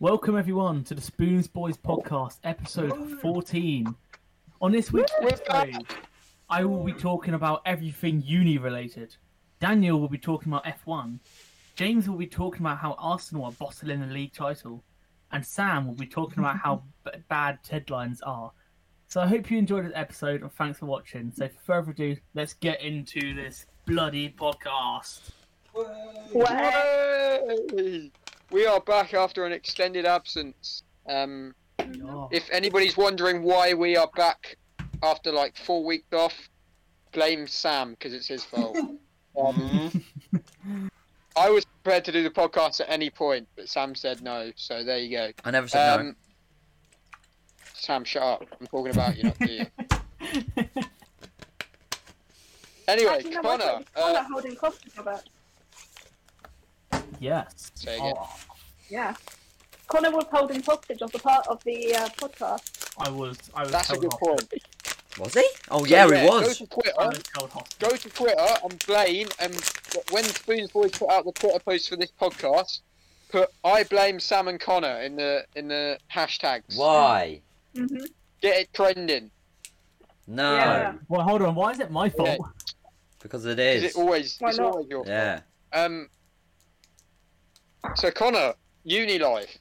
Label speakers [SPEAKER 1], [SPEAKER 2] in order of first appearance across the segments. [SPEAKER 1] Welcome everyone to the Spoons Boys podcast, episode 14. On this week's episode, I will be talking about everything uni related. Daniel will be talking about F1. James will be talking about how Arsenal are bottling the league title. And Sam will be talking about how b- bad headlines are. So I hope you enjoyed this episode and thanks for watching. So for further ado, let's get into this bloody podcast.
[SPEAKER 2] Way! We are back after an extended absence. Um,
[SPEAKER 1] We are.
[SPEAKER 2] if anybody's wondering why we are back after like four weeks off, blame Sam because it's his fault. um, I was prepared to do the podcast at any point, but Sam said no, so there you go.
[SPEAKER 3] I never said
[SPEAKER 2] Um, Sam, shut up. I'm talking about you, not you. Anyway,
[SPEAKER 4] Actually, no, wait,
[SPEAKER 2] Connor.
[SPEAKER 4] wait, Connor
[SPEAKER 2] Uh,
[SPEAKER 4] holding coffee for that.
[SPEAKER 1] Yes.
[SPEAKER 2] Say again.
[SPEAKER 1] Oh,
[SPEAKER 4] Yeah. Connor was holding hostage as a part of the uh, podcast.
[SPEAKER 1] I was. I was.
[SPEAKER 2] that's a
[SPEAKER 1] held
[SPEAKER 2] good
[SPEAKER 1] hostage.
[SPEAKER 2] point.
[SPEAKER 3] no. Was he? Oh
[SPEAKER 2] So,
[SPEAKER 3] yeah, he
[SPEAKER 2] Go
[SPEAKER 3] was.
[SPEAKER 2] to
[SPEAKER 1] I
[SPEAKER 2] Twitter.
[SPEAKER 1] was held hostage.
[SPEAKER 2] go to Twitter and blame. And when Spoons Boys put out the Twitter post for this podcast, put I blame Sam and Connor in the in the hashtags.
[SPEAKER 3] Why?
[SPEAKER 4] hmm
[SPEAKER 2] Get it trending
[SPEAKER 3] No,
[SPEAKER 4] Yeah.
[SPEAKER 1] Well, hold on. Why is it my fault?
[SPEAKER 3] because it
[SPEAKER 2] 'cause
[SPEAKER 3] is.
[SPEAKER 2] it always
[SPEAKER 4] Why
[SPEAKER 2] it's
[SPEAKER 4] not?
[SPEAKER 2] always your
[SPEAKER 3] Yeah.
[SPEAKER 2] um. So Connor, uni life.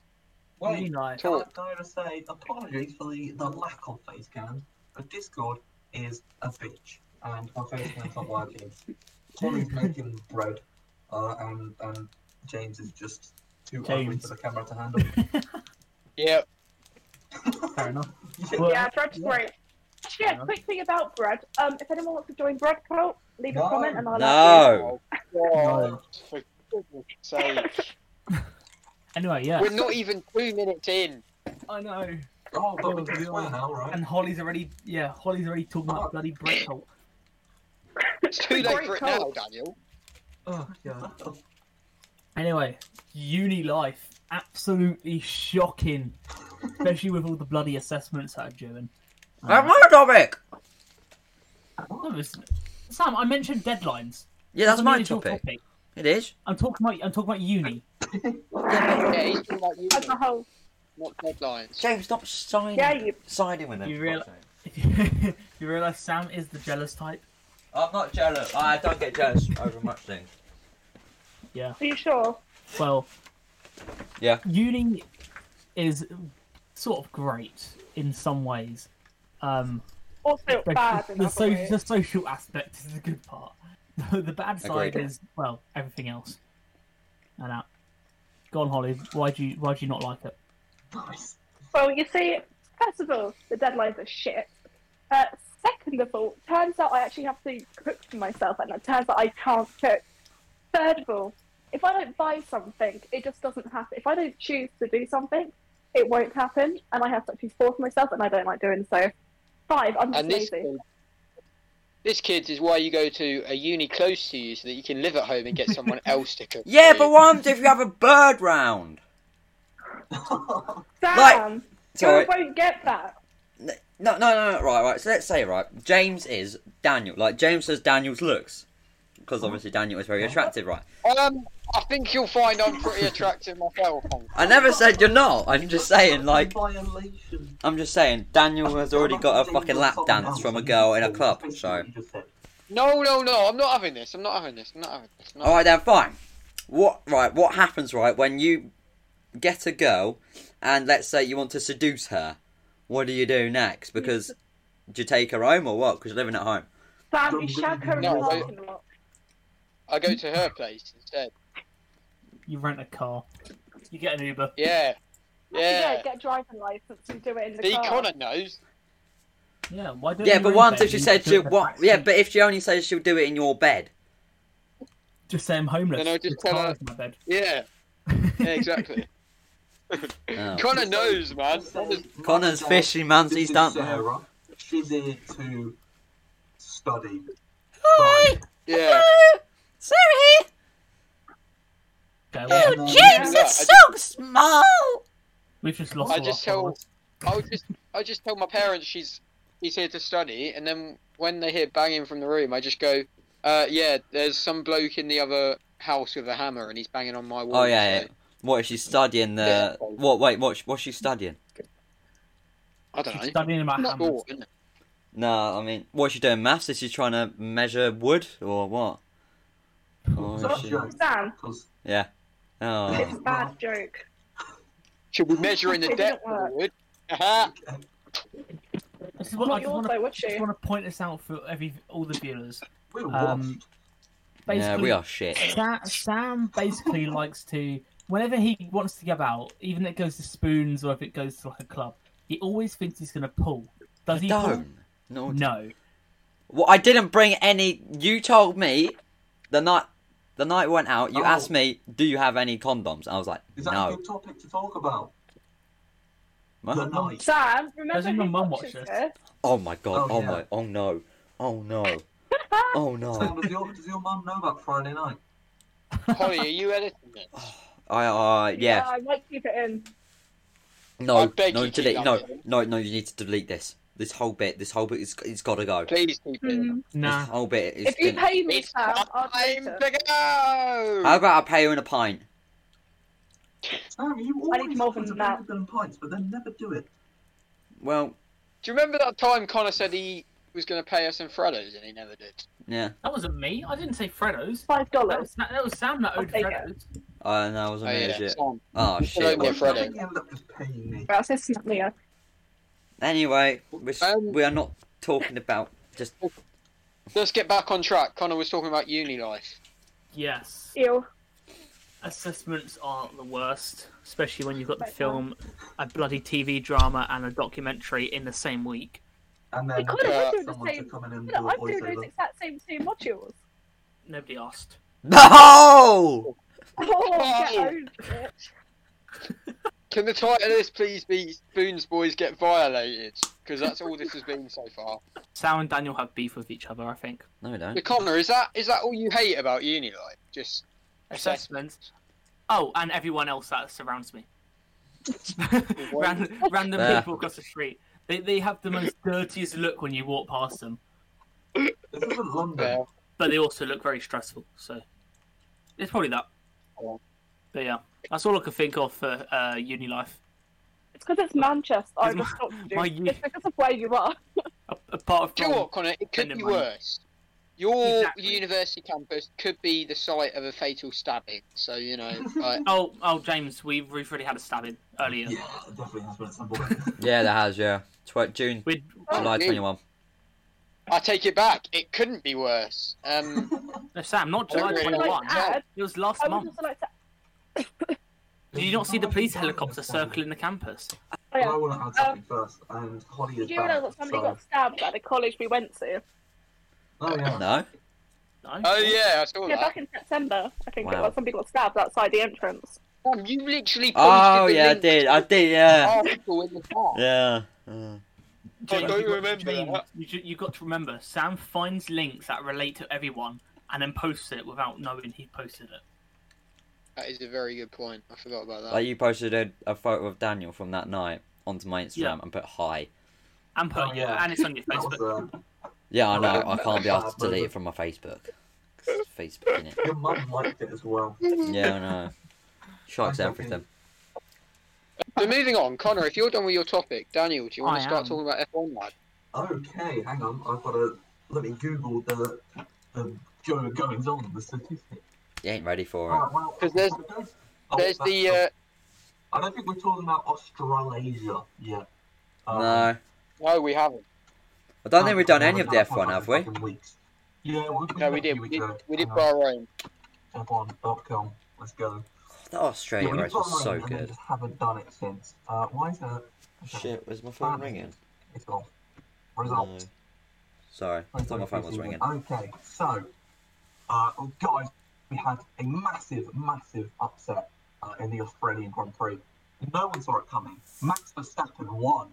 [SPEAKER 1] Really
[SPEAKER 5] Wait,
[SPEAKER 1] nice.
[SPEAKER 2] Talk.
[SPEAKER 5] can I, can I just say apologies for the, the lack of face cam, but Discord is a bitch, and my face cam's not working. Holly's making bread, uh, and, and James is just too ugly
[SPEAKER 1] James.
[SPEAKER 5] for the camera to handle.
[SPEAKER 2] Yeah,
[SPEAKER 1] Fair enough.
[SPEAKER 5] Yeah,
[SPEAKER 1] Well,
[SPEAKER 4] yeah, Brad's
[SPEAKER 5] yeah.
[SPEAKER 4] great. Actually, yeah,
[SPEAKER 1] Yeah.
[SPEAKER 4] quick thing about Brad. Um, if anyone wants to join Brad Cult, leave a
[SPEAKER 5] No.
[SPEAKER 4] comment and I'll add you.
[SPEAKER 3] No.
[SPEAKER 2] Oh. God, for goodness sake.
[SPEAKER 1] Anyway, yeah.
[SPEAKER 2] We're not even two minutes in.
[SPEAKER 1] I know.
[SPEAKER 5] Oh, but we
[SPEAKER 1] Yeah.
[SPEAKER 5] can swear now, right?
[SPEAKER 1] And Holly's already. Yeah, Holly's already talking about bloody break hole.
[SPEAKER 2] It's too
[SPEAKER 4] Great
[SPEAKER 2] late for it now,
[SPEAKER 4] call.
[SPEAKER 2] Daniel.
[SPEAKER 5] Oh, yeah.
[SPEAKER 1] Anyway, uni life absolutely shocking, especially with all the bloody assessments that I've driven.
[SPEAKER 3] That my topic.
[SPEAKER 1] Oh, Sam, I mentioned deadlines.
[SPEAKER 3] Yeah, that's
[SPEAKER 1] Doesn't mean
[SPEAKER 3] my
[SPEAKER 1] it's your
[SPEAKER 3] topic. It is.
[SPEAKER 1] I'm talking about. I'm talking about uni.
[SPEAKER 2] Yeah, he's talking about uni,
[SPEAKER 4] As a whole.
[SPEAKER 2] not deadlines.
[SPEAKER 3] James, stop signing.
[SPEAKER 4] Yeah, you.
[SPEAKER 3] Siding with him.
[SPEAKER 1] You
[SPEAKER 3] for
[SPEAKER 1] reali-
[SPEAKER 3] fuck's sake.
[SPEAKER 1] you realise Sam is the jealous type.
[SPEAKER 3] I'm not jealous. I don't get jealous over much things.
[SPEAKER 4] Are you sure?
[SPEAKER 1] Well,
[SPEAKER 3] Yeah.
[SPEAKER 1] uni is sort of great in some ways. Um,
[SPEAKER 4] Also
[SPEAKER 1] the,
[SPEAKER 4] bad. in
[SPEAKER 1] the,
[SPEAKER 4] other
[SPEAKER 1] so,
[SPEAKER 4] ways.
[SPEAKER 1] the social aspect is the good part. the bad side
[SPEAKER 3] Agreed.
[SPEAKER 1] is well everything else. And out. Go on, Holly. Why do you why do you not like it?
[SPEAKER 5] Nice.
[SPEAKER 4] Well, you see, first of all, the deadlines are shit. Uh, second of all, turns out I actually have to cook for myself, and it turns out I can't cook. Third of all, if I don't buy something, it just doesn't happen. If I don't choose to do something, it won't happen, and I have to actually force myself, and I don't like doing so. Five, I'm just
[SPEAKER 2] And this,
[SPEAKER 4] lazy.
[SPEAKER 2] kid- this kids is why you go to a uni close to you so that you can live at home and get someone else to cook.
[SPEAKER 3] Yeah,
[SPEAKER 2] for
[SPEAKER 3] but
[SPEAKER 2] you.
[SPEAKER 3] what happens if you have a bird round?
[SPEAKER 4] Sam,
[SPEAKER 3] like-
[SPEAKER 4] you
[SPEAKER 3] Sorry.
[SPEAKER 4] won't get that.
[SPEAKER 3] No, no, no, no. Right, right. So let's say, right, James is Daniel. Like James says, Daniel's looks, because obviously Daniel is very attractive, right?
[SPEAKER 2] Um, I think you'll find I'm pretty attractive myself.
[SPEAKER 3] I never said you're not. I'm just saying, like,
[SPEAKER 5] Violation.
[SPEAKER 3] I'm just saying, Daniel has already got a
[SPEAKER 5] James
[SPEAKER 3] fucking
[SPEAKER 5] is
[SPEAKER 3] lap
[SPEAKER 5] something
[SPEAKER 3] dance
[SPEAKER 5] else.
[SPEAKER 3] from a girl in a club,
[SPEAKER 5] Basically,
[SPEAKER 3] so.
[SPEAKER 5] you just said.
[SPEAKER 2] No, no, no. I'm not having this. I'm not having this. I'm not having this. I'm not-
[SPEAKER 3] Alright then, fine. What, right, what happens, right, when you get a girl and let's say you want to seduce her? What do you do next? Because do you take her home or what? Because you're living at home.
[SPEAKER 4] Sam, you shag her in the
[SPEAKER 2] No, I-
[SPEAKER 4] parking lot.
[SPEAKER 2] I go to her place instead.
[SPEAKER 1] You rent a car. You get an Uber.
[SPEAKER 2] Yeah,
[SPEAKER 4] Yeah,
[SPEAKER 2] yeah.
[SPEAKER 4] get a driving license and do it in the
[SPEAKER 2] See,
[SPEAKER 4] car.
[SPEAKER 2] Connor knows.
[SPEAKER 1] Yeah. Why don't
[SPEAKER 3] Yeah,
[SPEAKER 1] you
[SPEAKER 3] but
[SPEAKER 1] rent
[SPEAKER 3] once
[SPEAKER 1] it
[SPEAKER 3] if she
[SPEAKER 1] and
[SPEAKER 3] said
[SPEAKER 1] do
[SPEAKER 3] she
[SPEAKER 1] it in the
[SPEAKER 3] what?
[SPEAKER 1] back
[SPEAKER 3] Yeah,
[SPEAKER 1] seat?
[SPEAKER 3] but if she only says she'll do it in your bed.
[SPEAKER 1] just say I'm homeless.
[SPEAKER 2] Then I'll just
[SPEAKER 1] The
[SPEAKER 2] tell
[SPEAKER 1] car
[SPEAKER 2] her-
[SPEAKER 1] is my bed.
[SPEAKER 2] Yeah, yeah, exactly.
[SPEAKER 3] Oh.
[SPEAKER 2] Connor knows, man.
[SPEAKER 5] Just say,
[SPEAKER 2] Connor's-
[SPEAKER 3] Connor's
[SPEAKER 5] Mark
[SPEAKER 3] fishy, man's
[SPEAKER 5] This
[SPEAKER 3] he's
[SPEAKER 5] is
[SPEAKER 3] done.
[SPEAKER 5] Sarah. She's here to study.
[SPEAKER 3] Hi,
[SPEAKER 2] Yeah.
[SPEAKER 3] Sarah. here.
[SPEAKER 1] Okay,
[SPEAKER 2] Yeah.
[SPEAKER 3] Oh,
[SPEAKER 1] well,
[SPEAKER 5] No,
[SPEAKER 2] James
[SPEAKER 5] no,
[SPEAKER 2] is so
[SPEAKER 3] small.
[SPEAKER 1] we've just lost.
[SPEAKER 2] I
[SPEAKER 1] all our
[SPEAKER 2] just tell.
[SPEAKER 1] followers.
[SPEAKER 2] I would just. I would just tell my parents she's. He's here to study, and then when they hear banging from the room, I just go, uh, "Yeah, there's some bloke in the other house with a hammer, and he's banging on my wall."
[SPEAKER 3] Oh yeah, yeah.
[SPEAKER 2] so-
[SPEAKER 3] What is she studying? The
[SPEAKER 2] Yeah.
[SPEAKER 3] what? Wait, what? What's she studying?
[SPEAKER 2] I don't know.
[SPEAKER 1] Studying about
[SPEAKER 2] Not
[SPEAKER 1] hammers.
[SPEAKER 2] all, isn't it?
[SPEAKER 3] No, I mean, what's she doing? Maths? Is she trying to measure wood or what? Oh,
[SPEAKER 5] So that's
[SPEAKER 3] she-
[SPEAKER 5] jokes.
[SPEAKER 4] Sam,
[SPEAKER 5] Because
[SPEAKER 3] Yeah.
[SPEAKER 4] it's
[SPEAKER 3] Oh.
[SPEAKER 4] a bad joke.
[SPEAKER 2] Should we measure in the
[SPEAKER 4] It
[SPEAKER 2] depth
[SPEAKER 4] didn't
[SPEAKER 2] of
[SPEAKER 4] work.
[SPEAKER 2] the wood? Aha!
[SPEAKER 5] uh,
[SPEAKER 1] This is what I
[SPEAKER 4] Not
[SPEAKER 1] just
[SPEAKER 4] yours
[SPEAKER 1] want
[SPEAKER 4] though, would
[SPEAKER 1] just
[SPEAKER 4] she?
[SPEAKER 1] want to point this out for every all the viewers.
[SPEAKER 5] we were
[SPEAKER 1] Um,
[SPEAKER 5] washed.
[SPEAKER 3] Yeah, we are shit.
[SPEAKER 1] Sa- Sam basically likes to, whenever he wants to give out, even if it goes to spoons or if it goes to like a club, he always thinks he's going to pull. Does he? pull?
[SPEAKER 3] Don't. No.
[SPEAKER 1] No.
[SPEAKER 3] Well, I didn't bring any. You told me the night the night went out. You
[SPEAKER 5] Oh.
[SPEAKER 3] asked me, "Do you have any condoms?" I was like,
[SPEAKER 5] Is that a
[SPEAKER 3] "No."
[SPEAKER 5] good topic to talk about?
[SPEAKER 3] What?
[SPEAKER 5] The night.
[SPEAKER 4] Sam, um, remember
[SPEAKER 1] Doesn't your
[SPEAKER 4] who
[SPEAKER 1] mum watch
[SPEAKER 4] watches
[SPEAKER 1] this?
[SPEAKER 4] this?
[SPEAKER 3] Oh my god!
[SPEAKER 5] Oh,
[SPEAKER 3] Oh,
[SPEAKER 5] yeah.
[SPEAKER 3] my! Oh no! Oh no! Oh
[SPEAKER 5] Sam,
[SPEAKER 3] no!
[SPEAKER 5] does your, does your mum know about Friday night?
[SPEAKER 2] Holly, are you editing this?
[SPEAKER 3] I, I yeah.
[SPEAKER 4] I might keep it in.
[SPEAKER 2] I
[SPEAKER 3] No,
[SPEAKER 2] beg
[SPEAKER 3] no,
[SPEAKER 2] you, keep
[SPEAKER 3] delete.
[SPEAKER 2] that
[SPEAKER 3] No,
[SPEAKER 2] one.
[SPEAKER 3] no, no. You need to delete this. This whole bit. This whole bit. It's, it's got to go.
[SPEAKER 2] Please keep it.
[SPEAKER 3] Mm-hmm.
[SPEAKER 4] Mm.
[SPEAKER 1] Nah.
[SPEAKER 3] This whole bit. Is
[SPEAKER 4] If you
[SPEAKER 3] gonna-
[SPEAKER 4] pay me,
[SPEAKER 2] It's
[SPEAKER 4] Sam, I'll
[SPEAKER 2] time
[SPEAKER 4] delete it.
[SPEAKER 2] to go!
[SPEAKER 3] How about I pay you in a pint?
[SPEAKER 5] Sam, you
[SPEAKER 4] I need
[SPEAKER 5] always
[SPEAKER 4] more
[SPEAKER 5] offer
[SPEAKER 4] than
[SPEAKER 5] to
[SPEAKER 4] that.
[SPEAKER 5] bring them pints, but then never do it.
[SPEAKER 3] Well,
[SPEAKER 2] Do you remember that time Connor said he was going to pay us in Freddos and he never did?
[SPEAKER 3] yeah.
[SPEAKER 1] That wasn't me. I didn't say Freddo's.
[SPEAKER 4] Five
[SPEAKER 1] That
[SPEAKER 4] dollars.
[SPEAKER 1] was, that was Sam that owed
[SPEAKER 4] I'll take it.
[SPEAKER 1] Freddo's.
[SPEAKER 3] Uh, no, I was
[SPEAKER 2] Oh,
[SPEAKER 3] amazed.
[SPEAKER 2] yeah.
[SPEAKER 3] yeah.
[SPEAKER 2] Sam,
[SPEAKER 3] Oh shit.
[SPEAKER 2] don't get
[SPEAKER 3] well-
[SPEAKER 2] Friday.
[SPEAKER 5] You end up just paying me.
[SPEAKER 4] That's just not me.
[SPEAKER 3] Anyway, we're, s-
[SPEAKER 2] Um,
[SPEAKER 3] we are not talking about just.
[SPEAKER 2] Let's get back on track. Connor was talking about uni life.
[SPEAKER 1] Yes.
[SPEAKER 4] Ew.
[SPEAKER 1] Assessments aren't the worst, especially when you've got the
[SPEAKER 4] Right.
[SPEAKER 1] film, a bloody TV drama, and a documentary in the same week.
[SPEAKER 5] And then
[SPEAKER 4] We could have
[SPEAKER 2] uh,
[SPEAKER 4] doing the
[SPEAKER 5] someone to
[SPEAKER 4] same.
[SPEAKER 5] come in and do a
[SPEAKER 4] No, I'm doing those
[SPEAKER 5] voiceover.
[SPEAKER 4] exact same two modules.
[SPEAKER 1] Nobody asked.
[SPEAKER 3] No!
[SPEAKER 4] Oh, get
[SPEAKER 2] Oh.
[SPEAKER 4] over it.
[SPEAKER 2] Can the title of this please be Spoons Boys Get Violated? Because that's all this has been so far.
[SPEAKER 1] Sam and Daniel have beef with each other, I think.
[SPEAKER 3] No, we
[SPEAKER 2] But
[SPEAKER 3] don't.
[SPEAKER 2] Connor, is that is that all you hate about uni life? Just
[SPEAKER 1] Assessments. Oh, and everyone else that surrounds me. random random
[SPEAKER 3] There.
[SPEAKER 1] people across the street. They, they have the most dirtiest look when you walk past them,
[SPEAKER 5] This isn't London.
[SPEAKER 2] Yeah.
[SPEAKER 1] but they also look very stressful. So it's probably that.
[SPEAKER 2] Yeah.
[SPEAKER 1] But yeah, that's all I could think of for uh, uni life.
[SPEAKER 4] It's because it's Manchester. I
[SPEAKER 1] It's
[SPEAKER 4] just
[SPEAKER 1] my-
[SPEAKER 4] got to do
[SPEAKER 1] my
[SPEAKER 4] it.
[SPEAKER 1] youth.
[SPEAKER 4] It's because of where you are.
[SPEAKER 1] A- Apart
[SPEAKER 2] Do you know
[SPEAKER 1] from
[SPEAKER 2] what, Connor? It could
[SPEAKER 1] Spending
[SPEAKER 2] be
[SPEAKER 1] money.
[SPEAKER 2] worse. Your
[SPEAKER 1] Exactly.
[SPEAKER 2] university campus could be the site of a fatal stabbing. So you know, like,
[SPEAKER 1] oh oh James, we've we've already had a stabbing earlier.
[SPEAKER 5] Yeah, it definitely has been at some point.
[SPEAKER 3] Yeah, that has, yeah. Tw- June,
[SPEAKER 1] We'd,
[SPEAKER 3] July
[SPEAKER 2] me.
[SPEAKER 3] 21.
[SPEAKER 2] I take it back. It couldn't be worse. Um,
[SPEAKER 1] no, Sam, not
[SPEAKER 2] Don't
[SPEAKER 1] July
[SPEAKER 2] really
[SPEAKER 1] twenty one.
[SPEAKER 2] like that.
[SPEAKER 1] It was last
[SPEAKER 4] I would
[SPEAKER 1] month.
[SPEAKER 4] also like to.
[SPEAKER 1] Did you not see the police helicopter
[SPEAKER 5] circling?
[SPEAKER 1] circling the campus?
[SPEAKER 4] Oh,
[SPEAKER 5] I
[SPEAKER 4] yeah.
[SPEAKER 5] want to add something first, and Holly is
[SPEAKER 4] Did you realise that
[SPEAKER 5] back,
[SPEAKER 4] somebody
[SPEAKER 5] so-
[SPEAKER 4] got stabbed at the college we went to?
[SPEAKER 5] Oh, yeah.
[SPEAKER 3] No?
[SPEAKER 1] No.
[SPEAKER 2] oh yeah, I saw
[SPEAKER 4] Yeah,
[SPEAKER 2] that.
[SPEAKER 4] back in September, I think it
[SPEAKER 3] Wow.
[SPEAKER 4] was. Somebody got stabbed outside the entrance.
[SPEAKER 2] Damn, Um, you literally. Posted
[SPEAKER 3] Oh,
[SPEAKER 2] the
[SPEAKER 3] yeah, I
[SPEAKER 2] link Oh.
[SPEAKER 3] did.
[SPEAKER 2] to
[SPEAKER 3] I
[SPEAKER 2] the
[SPEAKER 3] did, yeah.
[SPEAKER 2] Article in the chat.
[SPEAKER 3] Yeah.
[SPEAKER 2] Oh.
[SPEAKER 3] uh,
[SPEAKER 1] James,
[SPEAKER 2] I don't
[SPEAKER 1] you got-
[SPEAKER 2] remember
[SPEAKER 1] James,
[SPEAKER 2] that.
[SPEAKER 1] You, ju- you got to remember, Sam finds links that relate to everyone and then posts it without knowing he posted it.
[SPEAKER 2] That is a very good point. I forgot about that.
[SPEAKER 3] Like, you posted a, a photo of Daniel from that night onto my Instagram
[SPEAKER 1] Yeah.
[SPEAKER 3] and put hi.
[SPEAKER 1] And put
[SPEAKER 5] Oh, yeah.
[SPEAKER 1] and it's on your
[SPEAKER 5] That was,
[SPEAKER 1] Facebook.
[SPEAKER 5] uh,
[SPEAKER 3] Yeah, I
[SPEAKER 5] Oh,
[SPEAKER 3] know.
[SPEAKER 5] yeah.
[SPEAKER 3] I can't be asked to
[SPEAKER 5] Yeah.
[SPEAKER 3] delete it from my Facebook. 'Cause it's Facebook, innit?
[SPEAKER 5] your mum liked it as well.
[SPEAKER 3] Yeah, I know. Sharks
[SPEAKER 5] Okay.
[SPEAKER 3] everything.
[SPEAKER 2] So moving on, Connor, if you're done with your topic, Daniel, do you want
[SPEAKER 1] I
[SPEAKER 2] to start
[SPEAKER 1] am.
[SPEAKER 2] talking about F1 lad?
[SPEAKER 5] Okay, hang on. I've got to let me Google the the go- goings on the statistics.
[SPEAKER 3] You ain't ready for
[SPEAKER 5] Right, well,
[SPEAKER 2] 'Cause there's-
[SPEAKER 5] I don't- oh,
[SPEAKER 2] There's
[SPEAKER 5] that's
[SPEAKER 2] the
[SPEAKER 5] not-
[SPEAKER 2] uh,
[SPEAKER 5] I don't think we're talking about Australasia yet. Um,
[SPEAKER 3] it.
[SPEAKER 5] Oh.
[SPEAKER 3] No.
[SPEAKER 2] uh, no, we haven't.
[SPEAKER 3] I don't think we've done any of the F1, have we?
[SPEAKER 5] Yeah, we,
[SPEAKER 2] No, we did. We did. We
[SPEAKER 5] uh,
[SPEAKER 2] did Bahrain.
[SPEAKER 5] F1.com. Let's go.
[SPEAKER 3] The Australia
[SPEAKER 5] we did
[SPEAKER 3] race was
[SPEAKER 5] Bahrain
[SPEAKER 3] so
[SPEAKER 5] and then
[SPEAKER 3] good.
[SPEAKER 5] Just haven't done it since. Uh, why is that? Okay,
[SPEAKER 3] Shit, was my
[SPEAKER 5] phone
[SPEAKER 3] phone
[SPEAKER 5] ringing?
[SPEAKER 3] ringing?
[SPEAKER 5] It's off. Results.
[SPEAKER 3] Mm. Sorry, I thought my phone was ringing.
[SPEAKER 5] Okay, so, uh, oh, guys, we had a massive, massive upset uh, in the Australian Grand Prix. No one saw it coming. Max Verstappen won.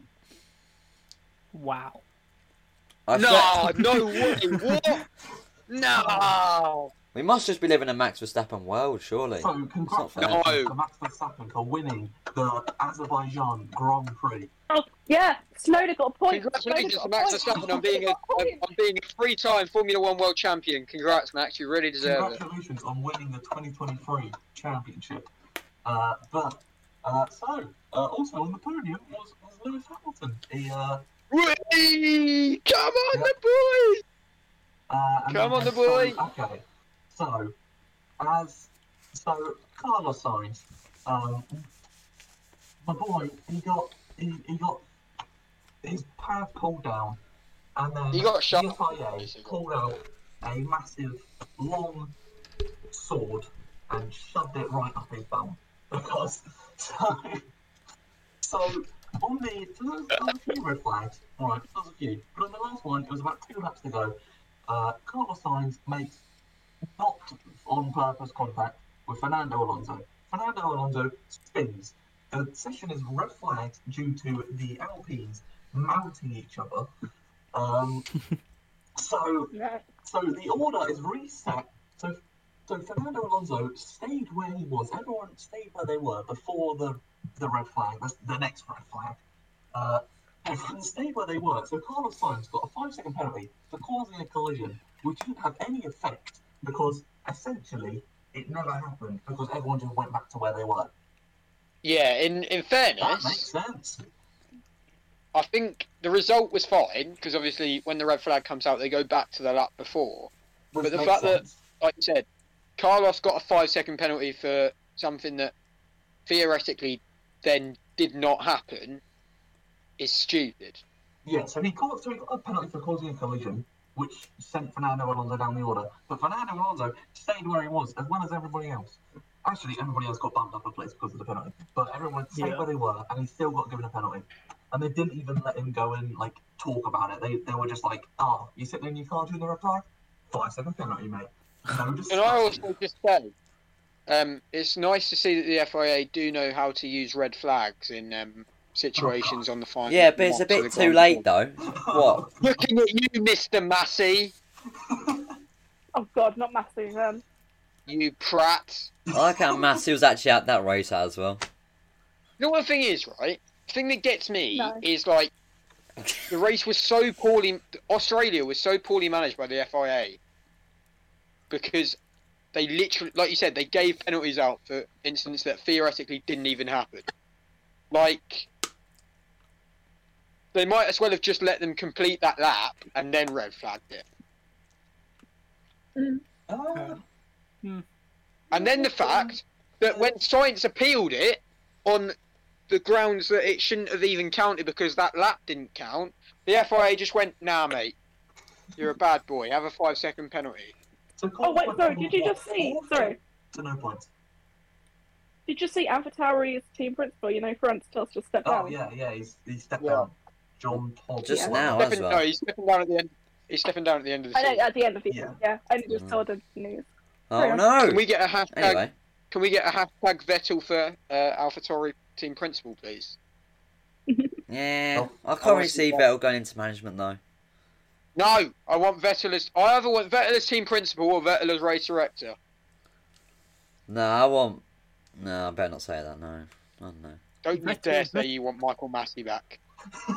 [SPEAKER 1] Wow.
[SPEAKER 3] I
[SPEAKER 2] No,
[SPEAKER 3] swear-
[SPEAKER 2] no way. What? No.
[SPEAKER 3] We must just be living in a Max Verstappen world, surely.
[SPEAKER 5] So,
[SPEAKER 3] fair.
[SPEAKER 5] congratulations to Max Verstappen for winning the Azerbaijan Grand Prix.
[SPEAKER 4] Oh, yeah, Snowden got a point.
[SPEAKER 2] Congratulations to
[SPEAKER 4] Snowden
[SPEAKER 2] Max
[SPEAKER 4] got a
[SPEAKER 2] Verstappen
[SPEAKER 4] point.
[SPEAKER 2] on being a,
[SPEAKER 4] Got a
[SPEAKER 2] on
[SPEAKER 4] point.
[SPEAKER 2] on being a three-time Formula One world champion. Congrats, Max. You really deserve it.
[SPEAKER 5] Congratulations on winning the 2023 championship. Uh, but uh, so uh, also on the podium was, was Lewis Hamilton. He uh,
[SPEAKER 2] Whee! Come on, the boys!
[SPEAKER 5] Uh,
[SPEAKER 2] Come
[SPEAKER 5] and then
[SPEAKER 2] on, the
[SPEAKER 5] there's-
[SPEAKER 2] boy.
[SPEAKER 5] Okay. So, as so Carlos Sainz, um, my boy, he got he, he got his power pulled down, and then
[SPEAKER 2] He got shot.
[SPEAKER 5] the FIA pulled out a massive long sword and shoved it right up his bum because so so on the so there was, there was a few red flags. All right, there was a few, but on the last one, it was about two laps to go. Uh, Carlos Sainz makes not on purpose contact with Fernando Alonso. Fernando Alonso spins. The session is red flagged due to the Alpines mounting each other. Um, so
[SPEAKER 4] No.
[SPEAKER 5] so the order is reset. So so Fernando Alonso stayed where he was. Everyone stayed where they were before the the red flag. That's the next red flag. Uh, everyone stayed where they were. So Carlos Sainz got a five second penalty for causing a collision, which didn't have any effect because essentially it never happened because everyone just went back to where they were.
[SPEAKER 2] Yeah, in, in
[SPEAKER 5] That makes
[SPEAKER 2] fairness,
[SPEAKER 5] sense.
[SPEAKER 2] I think the result was fine because obviously when the red flag comes out, they go back to the lap before.
[SPEAKER 5] Which
[SPEAKER 2] But the
[SPEAKER 5] makes
[SPEAKER 2] fact that-
[SPEAKER 5] sense.
[SPEAKER 2] Like you said, Carlos got a five second penalty for something that theoretically then did not happen is stupid.
[SPEAKER 5] Yeah, so he got so he got a penalty for causing a collision, which sent Fernando Alonso down the order. But Fernando Alonso stayed where he was, as well as everybody else. Actually, everybody else got bumped up a place because of the penalty. But everyone stayed
[SPEAKER 1] Yeah.
[SPEAKER 5] where they were, and he still got given a penalty. And they didn't even let him go and like talk about it. They they were just like, "Oh, you sitting in your car doing the red flag? Five second penalty, mate." No
[SPEAKER 2] And I
[SPEAKER 5] discussion.
[SPEAKER 2] also just say, um, it's nice to see that the FIA do know how to use red flags in um, situations on the final.
[SPEAKER 3] Yeah, but it's a bit too late though. What?
[SPEAKER 2] Looking at you, Mr. Massey,
[SPEAKER 4] Oh god, not Matthew. Um,
[SPEAKER 2] you prat.
[SPEAKER 3] I like how Massey was actually at that race as well.
[SPEAKER 2] The one thing is, right? The thing that gets me
[SPEAKER 4] No.
[SPEAKER 2] is like the race was so poorly. Australia was so poorly managed by the FIA because they literally, like you said, they gave penalties out for incidents that theoretically didn't even happen. Like they might as well have just let them complete that lap and then red flagged it.
[SPEAKER 5] Uh,
[SPEAKER 2] And then the fact that when science appealed it on the grounds that it shouldn't have even counted because that lap didn't count, the FIA just went, nah, mate, you're a bad boy. Have a five second penalty.
[SPEAKER 5] so
[SPEAKER 4] oh wait,
[SPEAKER 5] Colin
[SPEAKER 4] sorry.
[SPEAKER 5] Quinn
[SPEAKER 4] Did you
[SPEAKER 5] got
[SPEAKER 4] just see?
[SPEAKER 5] four
[SPEAKER 4] Sorry.
[SPEAKER 5] To no points.
[SPEAKER 4] Did you see Anfitauri's team principal? You know, France just stepped
[SPEAKER 5] Oh
[SPEAKER 4] down.
[SPEAKER 5] yeah, yeah. He's he stepped
[SPEAKER 2] Yeah.
[SPEAKER 5] down. John Todd.
[SPEAKER 3] Just
[SPEAKER 4] Yeah.
[SPEAKER 3] now as
[SPEAKER 2] Stepping, No,
[SPEAKER 3] well.
[SPEAKER 2] he's stepping down at the end. He's stepping down at the end of the
[SPEAKER 4] I know
[SPEAKER 2] season.
[SPEAKER 4] at the end of the
[SPEAKER 5] Yeah.
[SPEAKER 4] year. Yeah, I just
[SPEAKER 3] Mm.
[SPEAKER 4] saw the news.
[SPEAKER 3] Oh
[SPEAKER 2] Can
[SPEAKER 3] no.
[SPEAKER 2] we get a hashtag?
[SPEAKER 3] Anyway,
[SPEAKER 2] Can we get a hashtag Vettel for uh, AlphaTauri team principal, please?
[SPEAKER 3] yeah, I
[SPEAKER 2] I
[SPEAKER 3] can't really
[SPEAKER 2] wanna
[SPEAKER 3] see
[SPEAKER 2] see that.
[SPEAKER 3] Vettel going into management though.
[SPEAKER 2] No, I want Vettel as. I either want Vettel as team principal or Vettel as race director.
[SPEAKER 3] No, I won't. No, I better not say that. No, I don't know.
[SPEAKER 2] Don't you
[SPEAKER 1] Vettel-
[SPEAKER 2] dare say you want Michael Massey back.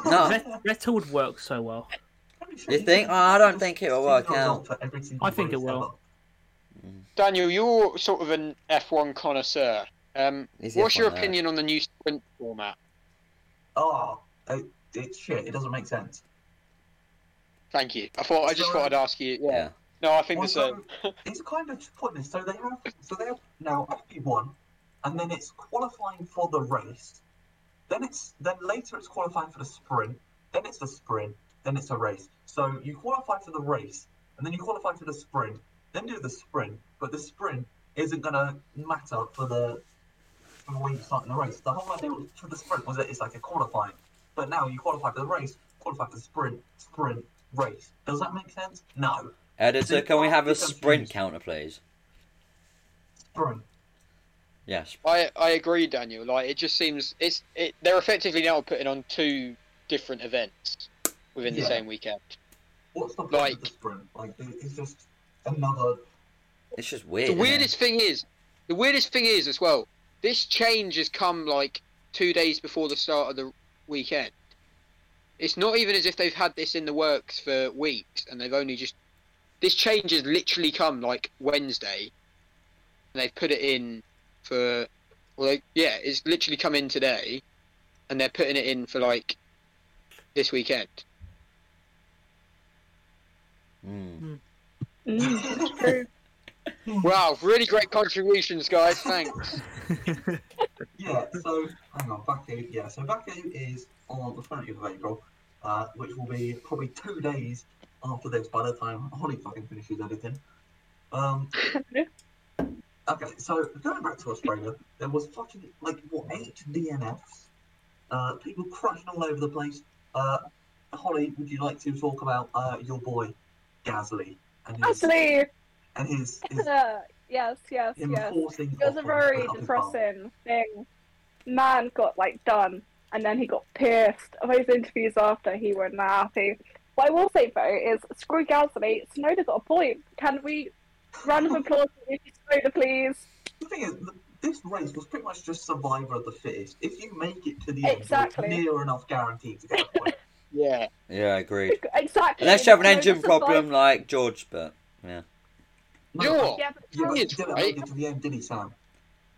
[SPEAKER 3] No,
[SPEAKER 1] Vet- Vettel would work so well.
[SPEAKER 3] You think? Oh, I don't think it will work out.
[SPEAKER 1] I think it will.
[SPEAKER 2] Daniel, you're sort of an F1 connoisseur. Um,
[SPEAKER 3] He's the
[SPEAKER 2] what's
[SPEAKER 3] F1
[SPEAKER 2] your
[SPEAKER 3] nerd.
[SPEAKER 2] opinion on the new sprint format?
[SPEAKER 5] Oh, it, it's shit. It doesn't make sense.
[SPEAKER 2] Thank you. I thought I just
[SPEAKER 5] So,
[SPEAKER 2] thought I'd ask you. Yeah.
[SPEAKER 3] yeah.
[SPEAKER 2] No, I think the
[SPEAKER 5] Although,
[SPEAKER 2] same.
[SPEAKER 5] it's kind of pointless. So they have, so they have now FP1, and then it's qualifying for the race. Then it's then later it's qualifying for the sprint. Then it's the sprint. Then it's a race. So you qualify for the race, and then you qualify for the sprint. Then do the sprint, but the sprint isn't gonna matter for the for when you start in the race. The whole idea was- for the sprint was that it's like a qualifying, but now you qualify for the race, qualify for the sprint, sprint, race. Does that make sense? No.
[SPEAKER 3] Editor, can we have a
[SPEAKER 5] It's confused.
[SPEAKER 3] sprint counter, please?
[SPEAKER 5] Sprint.
[SPEAKER 3] Yes.
[SPEAKER 2] I, I agree, Daniel. Like it just seems it's it, they're effectively now putting on two different events within the
[SPEAKER 5] Yeah.
[SPEAKER 2] same weekend.
[SPEAKER 5] What's the point of the
[SPEAKER 2] Like-
[SPEAKER 5] sprint? Like, it- it's just another.
[SPEAKER 3] It's just
[SPEAKER 2] The
[SPEAKER 3] weird. isn't it?
[SPEAKER 2] weirdest thing is the weirdest thing is as well. This change has come like two days before the start of the weekend. It's not even as if they've had this in the works for weeks, and they've only just this change has literally come like Wednesday, and they've put it in for Well, like, yeah, it's literally come in today, and they're putting it in for like this weekend.
[SPEAKER 3] Mm.
[SPEAKER 4] Mm, true.
[SPEAKER 2] Wow, really great contributions, guys. Thanks.
[SPEAKER 5] Yeah, so hang on, Baku. Yeah, so Baku is on the 20th of April, uh, which will be probably two days after this by the time Holly fucking finishes editing. Um, okay, so going back to Australia, there was fucking like what eight DNFs, uh, people crashing all over the place. Uh, Holly, would you like to talk about uh, your boy Gasly and his
[SPEAKER 4] Actually,
[SPEAKER 5] and his, his
[SPEAKER 4] uh, yes, yes,
[SPEAKER 5] him
[SPEAKER 4] yes.
[SPEAKER 5] forcing
[SPEAKER 4] It was a
[SPEAKER 5] offerings
[SPEAKER 4] very
[SPEAKER 5] up his bum.
[SPEAKER 4] depressing thing. Man got like done, and then he got pissed. All those interviews after, he were not happy. What I will say though is, screw Gasly. Sonoda got a point. Can we round of applause for Yuki Tsunoda, please?
[SPEAKER 5] The thing is, th- this race was pretty much just survivor of the fittest. If you make it to the end,
[SPEAKER 4] Exactly.
[SPEAKER 5] you're near enough guaranteed to get a point.
[SPEAKER 2] Yeah.
[SPEAKER 3] Yeah, agreed.
[SPEAKER 4] Exactly.
[SPEAKER 3] Unless you have an
[SPEAKER 4] Tsunoda
[SPEAKER 3] engine
[SPEAKER 4] survived-
[SPEAKER 3] problem like George, but
[SPEAKER 2] Sure.
[SPEAKER 4] Yeah, but
[SPEAKER 5] yeah, but he
[SPEAKER 2] It's
[SPEAKER 5] didn't
[SPEAKER 2] right.
[SPEAKER 5] make it to the end, did he, Sam?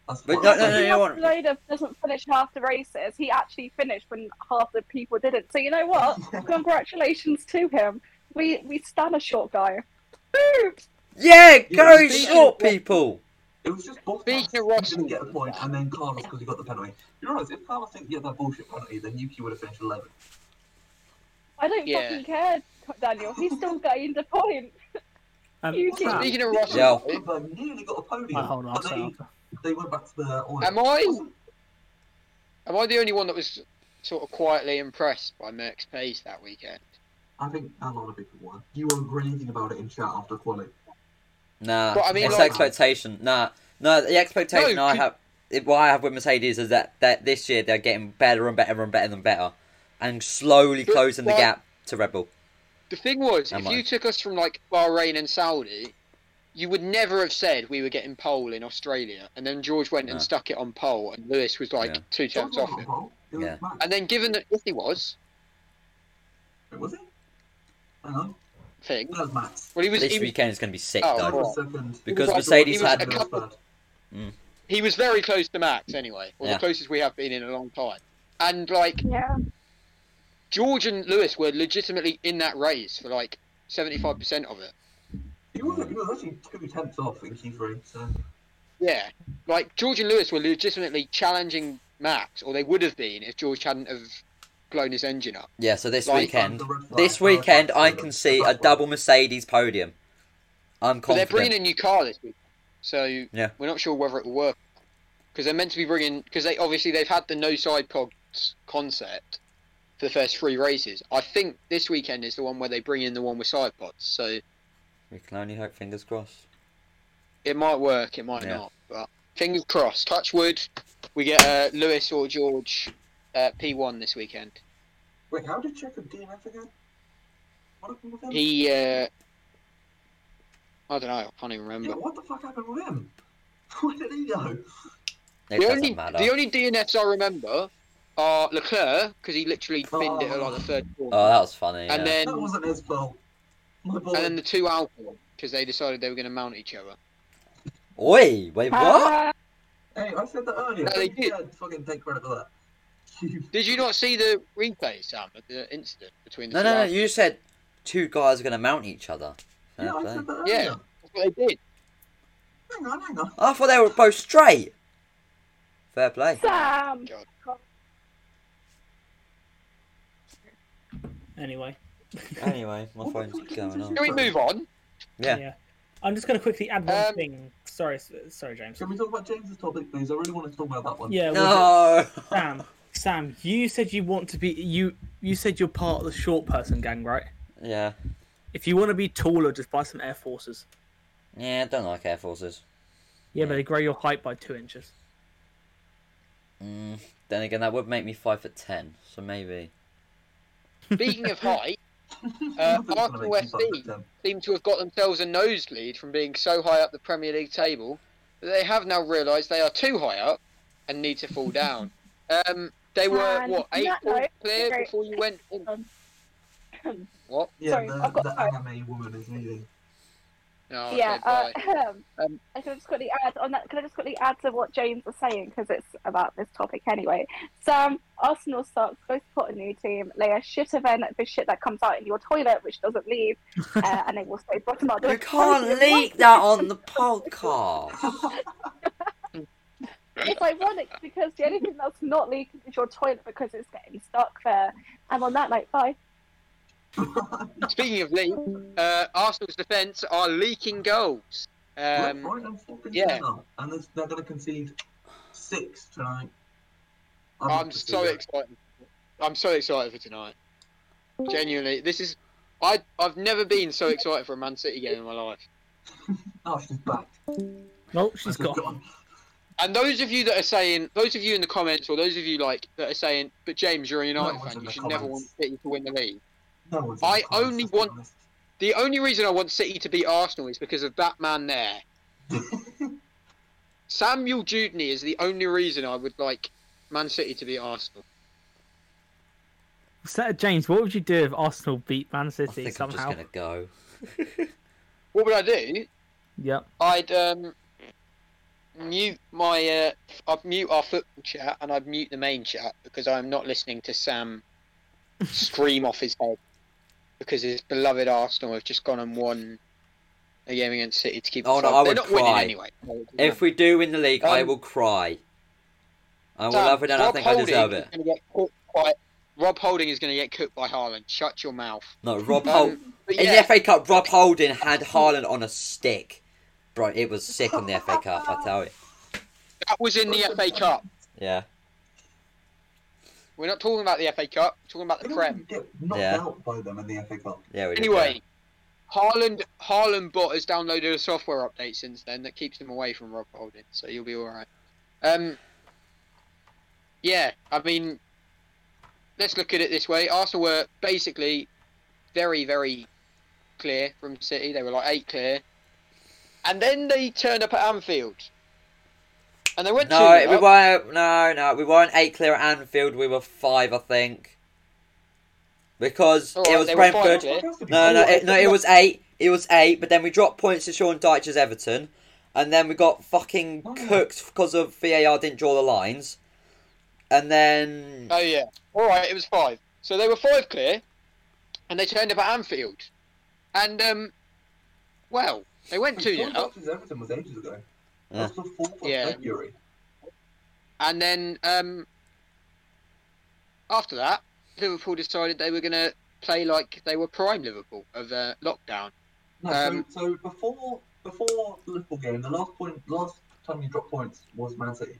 [SPEAKER 5] That's
[SPEAKER 3] But
[SPEAKER 5] what
[SPEAKER 3] no,
[SPEAKER 5] I'm
[SPEAKER 3] no, no,
[SPEAKER 5] saying.
[SPEAKER 3] you know what?
[SPEAKER 4] Tsunoda doesn't finish half the races. He actually finished when half the people didn't. So you know what? Congratulations to him. We we stand a short guy. Woo!
[SPEAKER 3] Yeah, go
[SPEAKER 5] Yeah,
[SPEAKER 3] short people.
[SPEAKER 5] It was just Bottas
[SPEAKER 2] Speaking of
[SPEAKER 5] who
[SPEAKER 2] Russell-
[SPEAKER 5] didn't get a point, and then Carlos because he got the penalty. You're right. If Carlos didn't get that bullshit penalty, then Yuki would have finished 11.
[SPEAKER 4] I don't
[SPEAKER 2] Yeah.
[SPEAKER 4] fucking care, Daniel. He's still gained a point.
[SPEAKER 1] Um,
[SPEAKER 4] You
[SPEAKER 1] Sam,
[SPEAKER 4] Ah.
[SPEAKER 2] Speaking of Russell,
[SPEAKER 3] Yeah.
[SPEAKER 5] They nearly got a podium.
[SPEAKER 1] oh, hold on,
[SPEAKER 5] but
[SPEAKER 1] I'll say
[SPEAKER 5] they,
[SPEAKER 1] after.
[SPEAKER 5] they went back to the order.
[SPEAKER 2] Am I? Am I the only one that was sort of quietly impressed by Merck's pace that weekend?
[SPEAKER 5] I think a lot of people were. You won't agree anything about it in chat after quality.
[SPEAKER 3] Nah,
[SPEAKER 2] But I mean,
[SPEAKER 3] it's
[SPEAKER 2] like-
[SPEAKER 3] expectation. Nah, no, the expectation
[SPEAKER 2] No,
[SPEAKER 3] I
[SPEAKER 2] c-
[SPEAKER 3] have, it- what I have with Mercedes is that that this year they're getting better and better and better and better, and slowly
[SPEAKER 2] But-
[SPEAKER 3] closing the
[SPEAKER 2] but-
[SPEAKER 3] gap to Red Bull.
[SPEAKER 2] The thing was,
[SPEAKER 3] Am
[SPEAKER 2] if
[SPEAKER 3] I?
[SPEAKER 2] you took us from like Bahrain and Saudi, you would never have said we were getting pole in Australia. And then George went
[SPEAKER 3] No.
[SPEAKER 2] and stuck it on pole, and Lewis was like
[SPEAKER 3] Yeah.
[SPEAKER 2] two
[SPEAKER 5] It was
[SPEAKER 2] tenths
[SPEAKER 5] not
[SPEAKER 2] off
[SPEAKER 5] a
[SPEAKER 2] him.
[SPEAKER 5] pole. It was
[SPEAKER 3] Yeah.
[SPEAKER 5] Max.
[SPEAKER 2] And then given that if he was,
[SPEAKER 5] Was it? Hang on.
[SPEAKER 2] thing,
[SPEAKER 5] No, Max.
[SPEAKER 2] well, he was
[SPEAKER 3] This
[SPEAKER 2] he, was-
[SPEAKER 3] weekend is going to be sick,
[SPEAKER 2] Oh,
[SPEAKER 5] I
[SPEAKER 3] though.
[SPEAKER 2] well.
[SPEAKER 5] was second.
[SPEAKER 3] Because
[SPEAKER 5] He was
[SPEAKER 3] Mercedes
[SPEAKER 5] second,
[SPEAKER 3] had-
[SPEAKER 5] he was
[SPEAKER 2] A couple-
[SPEAKER 5] third.
[SPEAKER 2] he was very close to Max anyway, or
[SPEAKER 3] Yeah.
[SPEAKER 2] the closest we have been in a long time. And like
[SPEAKER 4] Yeah.
[SPEAKER 2] George and Lewis were legitimately in that race for like seventy five percent of it.
[SPEAKER 5] He was, he was actually two tenths off in Q3, so
[SPEAKER 2] Yeah, like George and Lewis were legitimately challenging Max, or they would have been if George hadn't have blown his engine up.
[SPEAKER 3] Yeah, so this
[SPEAKER 2] Like,
[SPEAKER 3] weekend,
[SPEAKER 5] the red flag,
[SPEAKER 3] this
[SPEAKER 5] the red
[SPEAKER 3] weekend
[SPEAKER 5] flag
[SPEAKER 3] I
[SPEAKER 5] for
[SPEAKER 3] can
[SPEAKER 5] them.
[SPEAKER 3] see a
[SPEAKER 5] That's
[SPEAKER 3] double Mercedes podium. I'm
[SPEAKER 2] But they're bringing
[SPEAKER 3] confident.
[SPEAKER 2] a new car this week, so
[SPEAKER 3] Yeah.
[SPEAKER 2] we're not sure whether it will work. Because they're meant to be bringing, because they obviously they've had the no side pods concept for the first three races. I think this weekend is the one where they bring in the one with side pods, so
[SPEAKER 3] We can only hope. Fingers crossed.
[SPEAKER 2] it might work, it might
[SPEAKER 3] Yeah.
[SPEAKER 2] not. But fingers crossed. Touch wood, we get uh, Lewis or George uh, P1 this weekend.
[SPEAKER 5] Wait, how did Checo DNF again? What happened with him?
[SPEAKER 2] He, uh, I don't know, I can't even
[SPEAKER 5] Yeah,
[SPEAKER 2] remember.
[SPEAKER 5] what the fuck happened with him? Where did he go?
[SPEAKER 3] It
[SPEAKER 2] the
[SPEAKER 3] doesn't
[SPEAKER 2] only
[SPEAKER 3] matter.
[SPEAKER 2] the only DNFs I remember are Leclerc because he literally finned it at like the third corner,
[SPEAKER 3] Oh, that was funny.
[SPEAKER 2] and
[SPEAKER 3] yeah.
[SPEAKER 2] then
[SPEAKER 5] That wasn't his fault. My boy.
[SPEAKER 2] and then the two Alpha because they decided they were going to mount each other.
[SPEAKER 3] Oi, wait, what?
[SPEAKER 4] Ah,
[SPEAKER 5] Hey, I said that earlier.
[SPEAKER 2] No, they
[SPEAKER 5] Don't
[SPEAKER 2] did.
[SPEAKER 5] you dare Fucking take credit for that. You-
[SPEAKER 2] Did you not see the replay, Sam, of the incident between the
[SPEAKER 3] No,
[SPEAKER 2] two?
[SPEAKER 3] no, no.
[SPEAKER 2] Alphas?
[SPEAKER 3] You said two guys are going to mount each other. Fair
[SPEAKER 5] Yeah, I
[SPEAKER 3] play.
[SPEAKER 5] said that earlier.
[SPEAKER 2] Yeah. That's what they did.
[SPEAKER 5] Hang on, hang on.
[SPEAKER 3] I thought they were both straight. Fair play.
[SPEAKER 4] Sam.
[SPEAKER 6] Anyway,
[SPEAKER 3] Anyway, my
[SPEAKER 5] What the
[SPEAKER 3] phone's
[SPEAKER 5] fuck is
[SPEAKER 3] going
[SPEAKER 5] this
[SPEAKER 3] on.
[SPEAKER 2] Can we move on?
[SPEAKER 3] Yeah.
[SPEAKER 6] I'm just going to quickly add one
[SPEAKER 2] Um,
[SPEAKER 6] thing. Sorry, s- sorry, James.
[SPEAKER 5] Can we talk about James's topic, please? I really want to talk about that one.
[SPEAKER 6] Yeah, was
[SPEAKER 3] No.
[SPEAKER 6] it- Sam. Sam, you said you want to be you. You said you're part of the short person gang, right?
[SPEAKER 3] yeah.
[SPEAKER 6] If you want to be taller, just buy some Air Forces.
[SPEAKER 3] Yeah, I don't like Air Forces.
[SPEAKER 6] Yeah, but they grow your height by two inches.
[SPEAKER 3] Mm. Then again, that would make me five foot ten, so maybe.
[SPEAKER 2] Speaking of height, uh,
[SPEAKER 5] Nothing's gonna
[SPEAKER 2] Arsenal
[SPEAKER 5] make you fuck with
[SPEAKER 2] FC
[SPEAKER 5] them.
[SPEAKER 2] seem to have got themselves a nosebleed from being so high up the Premier League table that they have now realised they are too high up and need to fall down. Um, they were
[SPEAKER 4] And
[SPEAKER 2] what
[SPEAKER 4] on
[SPEAKER 2] eight
[SPEAKER 4] that
[SPEAKER 2] points
[SPEAKER 4] note,
[SPEAKER 2] clear
[SPEAKER 4] great.
[SPEAKER 2] before you went. In.
[SPEAKER 5] Yeah,
[SPEAKER 4] Sorry,
[SPEAKER 5] the,
[SPEAKER 4] I've got-
[SPEAKER 5] the anime woman is leaving.
[SPEAKER 2] No, Oh, okay,
[SPEAKER 4] yeah.
[SPEAKER 2] bye.
[SPEAKER 4] Uh,
[SPEAKER 2] Um,
[SPEAKER 4] I can just quickly add on that. Can I just quickly add to what James was saying because it's about this topic anyway. Sam, Arsenal sucks. Go support a new team. Lay a shit event for shit that comes out in your toilet, which doesn't leave, uh, and it will stay bottom up.
[SPEAKER 3] You can't leak that on the podcast.
[SPEAKER 4] It's ironic because the only thing that's not leaking is your toilet because it's getting stuck there. And on that note, bye.
[SPEAKER 2] Um, Speaking of leak, uh, Arsenal's defence are leaking goals. Um,
[SPEAKER 5] right, I'm fucking
[SPEAKER 2] yeah.
[SPEAKER 5] now. And they're, they're going to concede six tonight.
[SPEAKER 2] I'm so excited. I'm so excited for tonight. Genuinely, this is. I I've never been so excited for a Man City game in my life.
[SPEAKER 5] Oh, she's back.
[SPEAKER 6] Nope, she's
[SPEAKER 5] She's
[SPEAKER 6] gone.
[SPEAKER 2] And those of you that are saying, those of you in the comments, or those of you like that are saying, but James, you're a United
[SPEAKER 5] No
[SPEAKER 2] fan.
[SPEAKER 5] one's in
[SPEAKER 2] You
[SPEAKER 5] the
[SPEAKER 2] should never want
[SPEAKER 5] comments.
[SPEAKER 2] City to win the league.
[SPEAKER 5] No one's in
[SPEAKER 2] I
[SPEAKER 5] the comments,
[SPEAKER 2] only
[SPEAKER 5] let's be
[SPEAKER 2] want-
[SPEAKER 5] honest.
[SPEAKER 2] The only reason I want City to beat Arsenal is because of that man there. Samuel Judney is the only reason I would like Man City to beat Arsenal.
[SPEAKER 6] So, James, what would you do if Arsenal beat Man
[SPEAKER 3] I
[SPEAKER 6] City
[SPEAKER 3] think I'm just
[SPEAKER 6] somehow?
[SPEAKER 3] gonna go.
[SPEAKER 2] What would I do?
[SPEAKER 6] Yep.
[SPEAKER 2] I'd um, mute my uh, I'd mute our football chat and I'd mute the main chat because I'm not listening to Sam scream off his head because his beloved Arsenal have just gone and won a game against City to keep. the
[SPEAKER 3] Oh, no,
[SPEAKER 2] club.
[SPEAKER 3] I
[SPEAKER 2] They're
[SPEAKER 3] would
[SPEAKER 2] not
[SPEAKER 3] cry.
[SPEAKER 2] winning anyway.
[SPEAKER 3] If we do win the league, I
[SPEAKER 2] Um,
[SPEAKER 3] will cry. I will
[SPEAKER 2] Sam,
[SPEAKER 3] love it, and I
[SPEAKER 2] Rob
[SPEAKER 3] think I deserve
[SPEAKER 2] Holding
[SPEAKER 3] it.
[SPEAKER 2] is gonna get cooked by- Rob Holding is going to get cooked by Haaland. Shut your mouth.
[SPEAKER 3] No, Rob
[SPEAKER 2] Um,
[SPEAKER 3] Hold
[SPEAKER 2] but
[SPEAKER 3] in
[SPEAKER 2] yeah,
[SPEAKER 3] the FA Cup. Rob Holding had Haaland on a stick, bro. It was sick on the FA Cup. I tell you.
[SPEAKER 2] that was in the FA Cup.
[SPEAKER 3] Yeah.
[SPEAKER 2] We're not talking about the FA Cup. We're talking about
[SPEAKER 5] They
[SPEAKER 2] the Prem.
[SPEAKER 5] don't get knocked
[SPEAKER 3] Yeah.
[SPEAKER 5] out by them in the FA Cup.
[SPEAKER 3] Yeah. We did,
[SPEAKER 2] Anyway, Haaland Haaland bot has downloaded a software update since then that keeps him away from Rob Holding, so you'll be all right. Um, yeah, I mean, let's look at it this way: Arsenal were basically very, very clear from City. They were like eight clear, and then they turned up at Anfield, and they
[SPEAKER 3] yeah.
[SPEAKER 2] went
[SPEAKER 3] No,
[SPEAKER 2] two
[SPEAKER 3] we weren't. No, no, we weren't eight clear at Anfield. We were five, I think, because
[SPEAKER 2] All
[SPEAKER 3] it
[SPEAKER 2] right,
[SPEAKER 3] was
[SPEAKER 2] they were five
[SPEAKER 3] Brentford.
[SPEAKER 2] clear.
[SPEAKER 3] No, no,
[SPEAKER 5] Oh,
[SPEAKER 3] it, no, it was eight. It was eight, but then we dropped points to Sean Dyche's Everton, and then we got fucking
[SPEAKER 5] Oh.
[SPEAKER 3] cooked because of VAR didn't draw the lines, and then
[SPEAKER 2] Oh yeah. All right, it was five. So they were five clear, and they turned up at Anfield, and um, well, they went two
[SPEAKER 5] Sean
[SPEAKER 2] now,
[SPEAKER 5] Dyche's Everton was ages ago.
[SPEAKER 3] Yeah.
[SPEAKER 5] That's the 4th of
[SPEAKER 2] Yeah.
[SPEAKER 5] February.
[SPEAKER 2] and then um, after that, Liverpool decided they were gonna play like they were prime Liverpool of uh, lockdown.
[SPEAKER 5] No,
[SPEAKER 2] Um,
[SPEAKER 5] so, so before before the Liverpool game, the last point, last time you dropped points was Man City.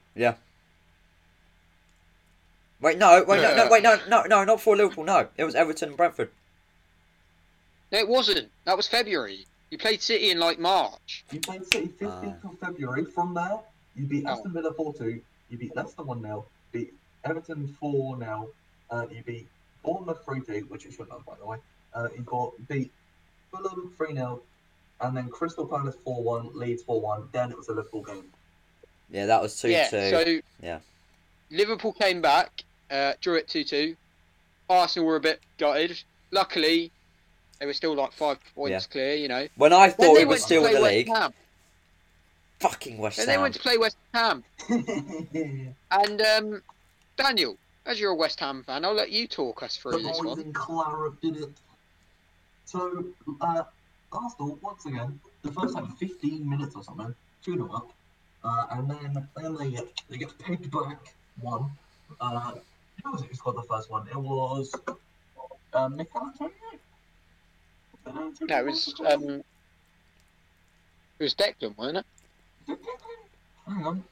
[SPEAKER 3] wait, no, wait, no, no,
[SPEAKER 2] Yeah.
[SPEAKER 3] wait, no, no, no, not for Liverpool. No, it was Everton and Brentford.
[SPEAKER 2] No, it wasn't. That was February. You played City in like March.
[SPEAKER 5] You played City 15th of February. From there, you beat
[SPEAKER 2] Oh.
[SPEAKER 5] Aston Villa 4 2, you beat Leicester 1 0, beat Everton 4 0, uh, you beat Bournemouth 3 2, which you shouldn't have, by the way. Uh, you got, beat Fulham 3 0, and then Crystal Palace 4 1, Leeds 4 1. Then it was a Liverpool game.
[SPEAKER 3] Yeah, that was two
[SPEAKER 2] yeah.
[SPEAKER 3] two.
[SPEAKER 2] So
[SPEAKER 3] Yeah.
[SPEAKER 2] Liverpool came back, uh, drew it two two. Arsenal were a bit gutted. Luckily, they were still like five points clear. You know.
[SPEAKER 3] When I
[SPEAKER 2] Then
[SPEAKER 3] thought
[SPEAKER 2] they
[SPEAKER 3] we were
[SPEAKER 2] went to
[SPEAKER 3] still in
[SPEAKER 2] play
[SPEAKER 3] the
[SPEAKER 2] West
[SPEAKER 3] league,
[SPEAKER 2] Ham.
[SPEAKER 3] fucking West
[SPEAKER 2] Then they
[SPEAKER 3] Ham.
[SPEAKER 2] went to play West Ham. And um, Daniel, as you're a West Ham fan, I'll let you talk us through
[SPEAKER 5] the
[SPEAKER 2] this
[SPEAKER 5] boys
[SPEAKER 2] one.
[SPEAKER 5] in Clara did it. So, uh, Arsenal, once again, the first like 15 minutes or something, 2 0 up. Uh, and then, then they, get, they get pegged back one. Uh, who was it who scored the first one? It was uh, Mikel Antonio?
[SPEAKER 2] No, it was um, it was Declan, wasn't it? um,
[SPEAKER 5] Hang on.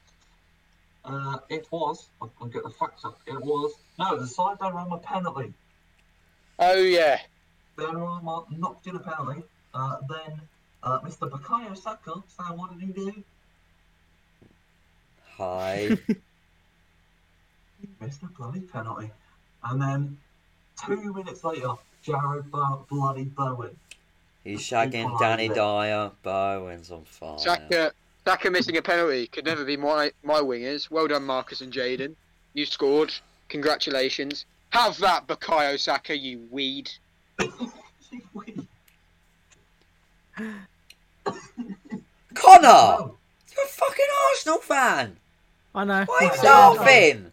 [SPEAKER 5] Uh, it was. I'll, I'll get the facts up. It was. No, it was a side diorama penalty.
[SPEAKER 2] Oh yeah,
[SPEAKER 5] Benrahma knocked in a penalty. Uh, then uh, Mr. Bakayo Saka, Sam, what did he do?
[SPEAKER 3] Hi.
[SPEAKER 5] Missed a bloody penalty. And then two minutes later, Jared Bo- bloody Bowen.
[SPEAKER 3] He's shagging Danny Dyer. Bowen's on fire.
[SPEAKER 2] Saka, Saka missing a penalty could never be my my wingers. Well done, Marcus and Jaden. You scored. Congratulations. Have that, Bakayo Saka, you weed.
[SPEAKER 5] Wait,
[SPEAKER 3] Connor,
[SPEAKER 5] No.
[SPEAKER 3] you're a fucking Arsenal fan.
[SPEAKER 6] I know.
[SPEAKER 3] Why are
[SPEAKER 5] Yeah.
[SPEAKER 3] you laughing?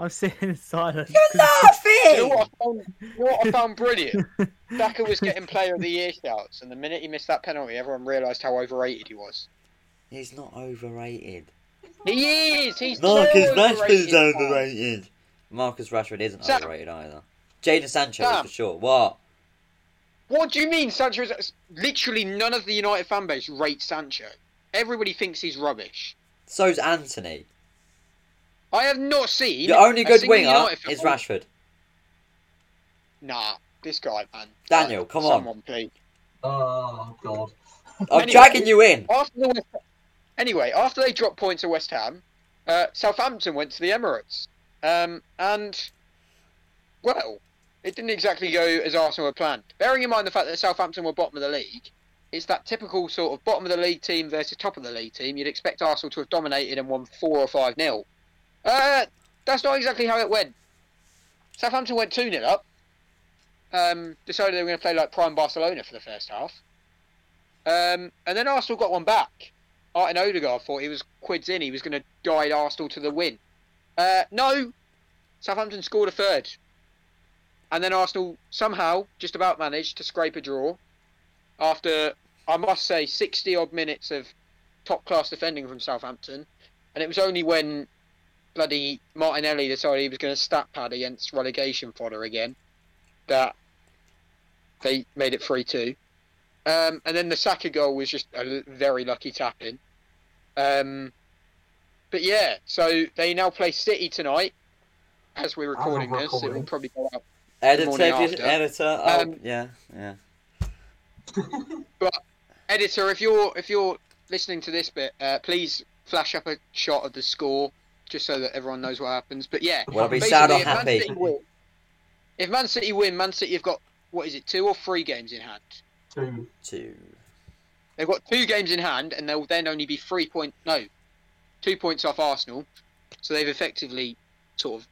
[SPEAKER 6] I'm sitting in silence.
[SPEAKER 3] You're
[SPEAKER 2] You know
[SPEAKER 3] laughing.
[SPEAKER 2] what I found, you know what I found brilliant? Saka was getting player of the year shouts, and the minute he missed that penalty, everyone realised how overrated he was.
[SPEAKER 3] He's not overrated.
[SPEAKER 2] He is! He's
[SPEAKER 3] Marcus
[SPEAKER 2] so overrated,
[SPEAKER 3] Rashford's
[SPEAKER 2] man.
[SPEAKER 3] overrated. Marcus Rashford isn't
[SPEAKER 2] Sam.
[SPEAKER 3] overrated either. Jaden Sancho
[SPEAKER 2] Sam.
[SPEAKER 3] for sure. What?
[SPEAKER 2] What do you mean Sancho is... Literally none of the United fan base rates Sancho. Everybody thinks he's rubbish.
[SPEAKER 3] So's Anthony.
[SPEAKER 2] I have not seen...
[SPEAKER 3] Your only
[SPEAKER 2] a
[SPEAKER 3] good
[SPEAKER 2] single
[SPEAKER 3] winger
[SPEAKER 2] United fan-
[SPEAKER 3] is Rashford.
[SPEAKER 2] Nah, this guy, man.
[SPEAKER 3] Daniel, come on.
[SPEAKER 2] Someone, please.
[SPEAKER 5] Oh god.
[SPEAKER 3] I'm
[SPEAKER 2] Anyway.
[SPEAKER 3] dragging you in.
[SPEAKER 2] After the West... Anyway, after they dropped points to West Ham, uh, Southampton went to the Emirates. Um, and, well, it didn't exactly go as Arsenal had planned. Bearing in mind the fact that Southampton were bottom of the league, it's that typical sort of bottom of the league team versus top of the league team. You'd expect Arsenal to have dominated and won 4 or 5 nil. Uh, that's not exactly how it went. Southampton went 2 0 up. Um, decided they were going to play like prime Barcelona for the first half. Um, and then Arsenal got one back. Artin Odegaard thought he was quids in. He was going to guide Arsenal to the win. Uh, no, Southampton scored a third. And then Arsenal somehow just about managed to scrape a draw after, I must say, 60 odd minutes of top class defending from Southampton. And it was only when bloody Martinelli decided he was going to stat pad against relegation fodder again that they made it 3 2. Um, and then the Saka goal was just a l- very lucky tap in. Um, but yeah, so they now play City tonight. As we're
[SPEAKER 5] As we're
[SPEAKER 2] recording this, it will
[SPEAKER 5] recording.
[SPEAKER 2] probably go out.
[SPEAKER 3] Editor,
[SPEAKER 2] morning
[SPEAKER 3] if
[SPEAKER 2] after.
[SPEAKER 3] you- editor. Oh,
[SPEAKER 2] Um,
[SPEAKER 3] yeah, yeah.
[SPEAKER 2] Editor, if you're if you're listening to this bit, uh, please flash up a shot of the score just so that everyone knows what happens. But yeah,
[SPEAKER 3] Well, I'll be
[SPEAKER 2] basically,
[SPEAKER 3] sad or
[SPEAKER 2] if Man
[SPEAKER 3] happy.
[SPEAKER 2] City win- if Man City win, Man City have got what is it, two or three games in hand?
[SPEAKER 5] Two.
[SPEAKER 3] Two.
[SPEAKER 2] They've got two games in hand, and they'll then only be three point no, two points off Arsenal. So they've effectively sort of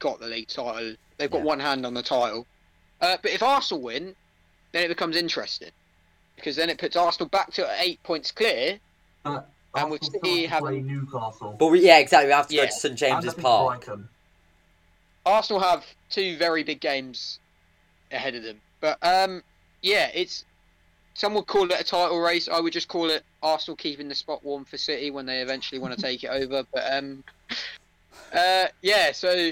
[SPEAKER 2] got the league title. They've got
[SPEAKER 3] Yeah.
[SPEAKER 2] one hand on the title. Uh, but if Arsenal win, then it becomes interesting because then it puts Arsenal back to eight points clear.
[SPEAKER 5] But
[SPEAKER 2] And we
[SPEAKER 5] Arsenal still
[SPEAKER 2] see
[SPEAKER 5] have
[SPEAKER 2] how-
[SPEAKER 5] to play Newcastle.
[SPEAKER 3] But we, yeah, exactly. We have to
[SPEAKER 2] Yeah.
[SPEAKER 3] go to St
[SPEAKER 5] and
[SPEAKER 3] James's
[SPEAKER 5] then
[SPEAKER 3] Park.
[SPEAKER 5] Brighton.
[SPEAKER 2] Arsenal have two very big games ahead of them. But um, yeah, it's some would call it a title race. I would just call it Arsenal keeping the spot warm for City when they eventually want to take it over. But um, uh, yeah, so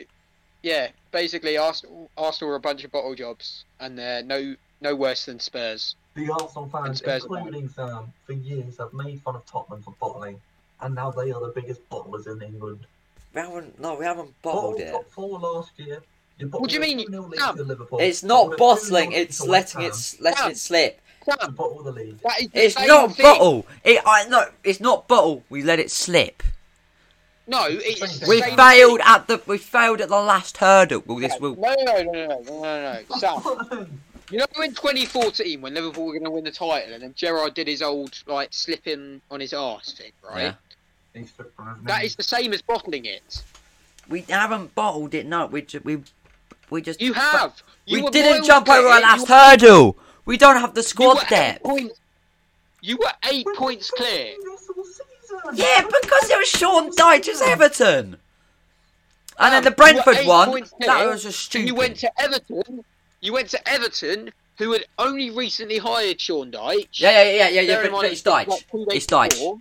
[SPEAKER 2] yeah, basically Arsenal Arsenal are a bunch of bottle jobs, and they're no no worse than Spurs.
[SPEAKER 5] The Arsenal fans,
[SPEAKER 2] Spurs.
[SPEAKER 5] including Sam, for years have made fun of Tottenham for bottling, and now they are the biggest bottlers in England.
[SPEAKER 3] We haven't, no, we haven't
[SPEAKER 5] Bottled
[SPEAKER 3] bottled it.
[SPEAKER 5] top four last year. You
[SPEAKER 2] What do you
[SPEAKER 5] bottled a
[SPEAKER 2] mean,
[SPEAKER 5] 2-0 lead
[SPEAKER 2] Sam?
[SPEAKER 5] to Liverpool.
[SPEAKER 3] It's
[SPEAKER 5] Bottled
[SPEAKER 3] not
[SPEAKER 5] a 2-0
[SPEAKER 3] bottling.
[SPEAKER 5] lead
[SPEAKER 3] It's
[SPEAKER 5] to West
[SPEAKER 3] letting
[SPEAKER 5] Ham.
[SPEAKER 3] it s- letting
[SPEAKER 2] Sam.
[SPEAKER 3] it slip.
[SPEAKER 5] You bottle the lead.
[SPEAKER 2] That is the
[SPEAKER 3] It's
[SPEAKER 2] same
[SPEAKER 3] not
[SPEAKER 2] thing.
[SPEAKER 3] bottle. It, I, no, it's not bottle. We let it slip.
[SPEAKER 2] No, it's the
[SPEAKER 3] We
[SPEAKER 2] same
[SPEAKER 3] failed at the we failed at the last hurdle. Well, this
[SPEAKER 2] No,
[SPEAKER 3] will.
[SPEAKER 2] no, no, no, no, no, no, no. Sam,
[SPEAKER 5] Bottling.
[SPEAKER 2] You know, in 2014, when Liverpool were going to win the title, and then Gerard did his old like slipping on his arse thing, right?
[SPEAKER 3] Yeah.
[SPEAKER 5] They took from his
[SPEAKER 2] That
[SPEAKER 5] name.
[SPEAKER 2] is the same as bottling it.
[SPEAKER 3] We haven't bottled it. No, we ju- we we just.
[SPEAKER 2] You have. You
[SPEAKER 3] we
[SPEAKER 2] were
[SPEAKER 3] didn't
[SPEAKER 2] miles
[SPEAKER 3] jump
[SPEAKER 2] clear.
[SPEAKER 3] over our
[SPEAKER 2] You
[SPEAKER 3] last
[SPEAKER 2] were-
[SPEAKER 3] hurdle. We don't have the
[SPEAKER 2] you were
[SPEAKER 3] squad
[SPEAKER 2] eight
[SPEAKER 3] depth.
[SPEAKER 2] points- You were eight
[SPEAKER 5] When
[SPEAKER 2] points
[SPEAKER 5] they took
[SPEAKER 2] clear.
[SPEAKER 5] the rest of the season.
[SPEAKER 3] Yeah, because it was Sean Dyche's Everton. And then
[SPEAKER 2] Hmm. Um, you
[SPEAKER 3] the
[SPEAKER 2] were
[SPEAKER 3] Brentford
[SPEAKER 2] eight
[SPEAKER 3] one,
[SPEAKER 2] points
[SPEAKER 3] that
[SPEAKER 2] clear,
[SPEAKER 3] was just
[SPEAKER 2] And
[SPEAKER 3] stupid.
[SPEAKER 2] you went to Everton. You went to Everton, who had only recently hired Sean Dyche.
[SPEAKER 3] yeah, yeah, yeah, yeah, yeah,
[SPEAKER 2] Bear in
[SPEAKER 3] but
[SPEAKER 2] mind
[SPEAKER 3] it's
[SPEAKER 2] like,
[SPEAKER 3] Dyche.
[SPEAKER 2] two days
[SPEAKER 3] It's Dyche.
[SPEAKER 2] before.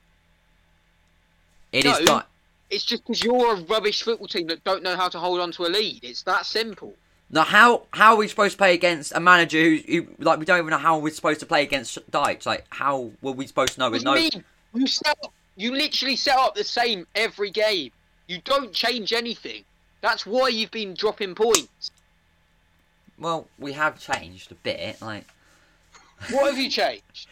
[SPEAKER 3] It
[SPEAKER 2] No.
[SPEAKER 3] is Dyche.
[SPEAKER 2] It's just because you're a rubbish football team that don't know how to hold on to a lead. It's that simple.
[SPEAKER 3] Now, how how are we supposed to play against a manager who, who like, we don't even know how we're supposed to play against Dyche? Like, how were we supposed to know?
[SPEAKER 2] What
[SPEAKER 3] With
[SPEAKER 2] do you
[SPEAKER 3] no,
[SPEAKER 2] mean? You set up, you literally set up the same every game. You don't change anything. That's why you've been dropping points.
[SPEAKER 3] well, we have changed a bit. Like
[SPEAKER 2] What have you changed?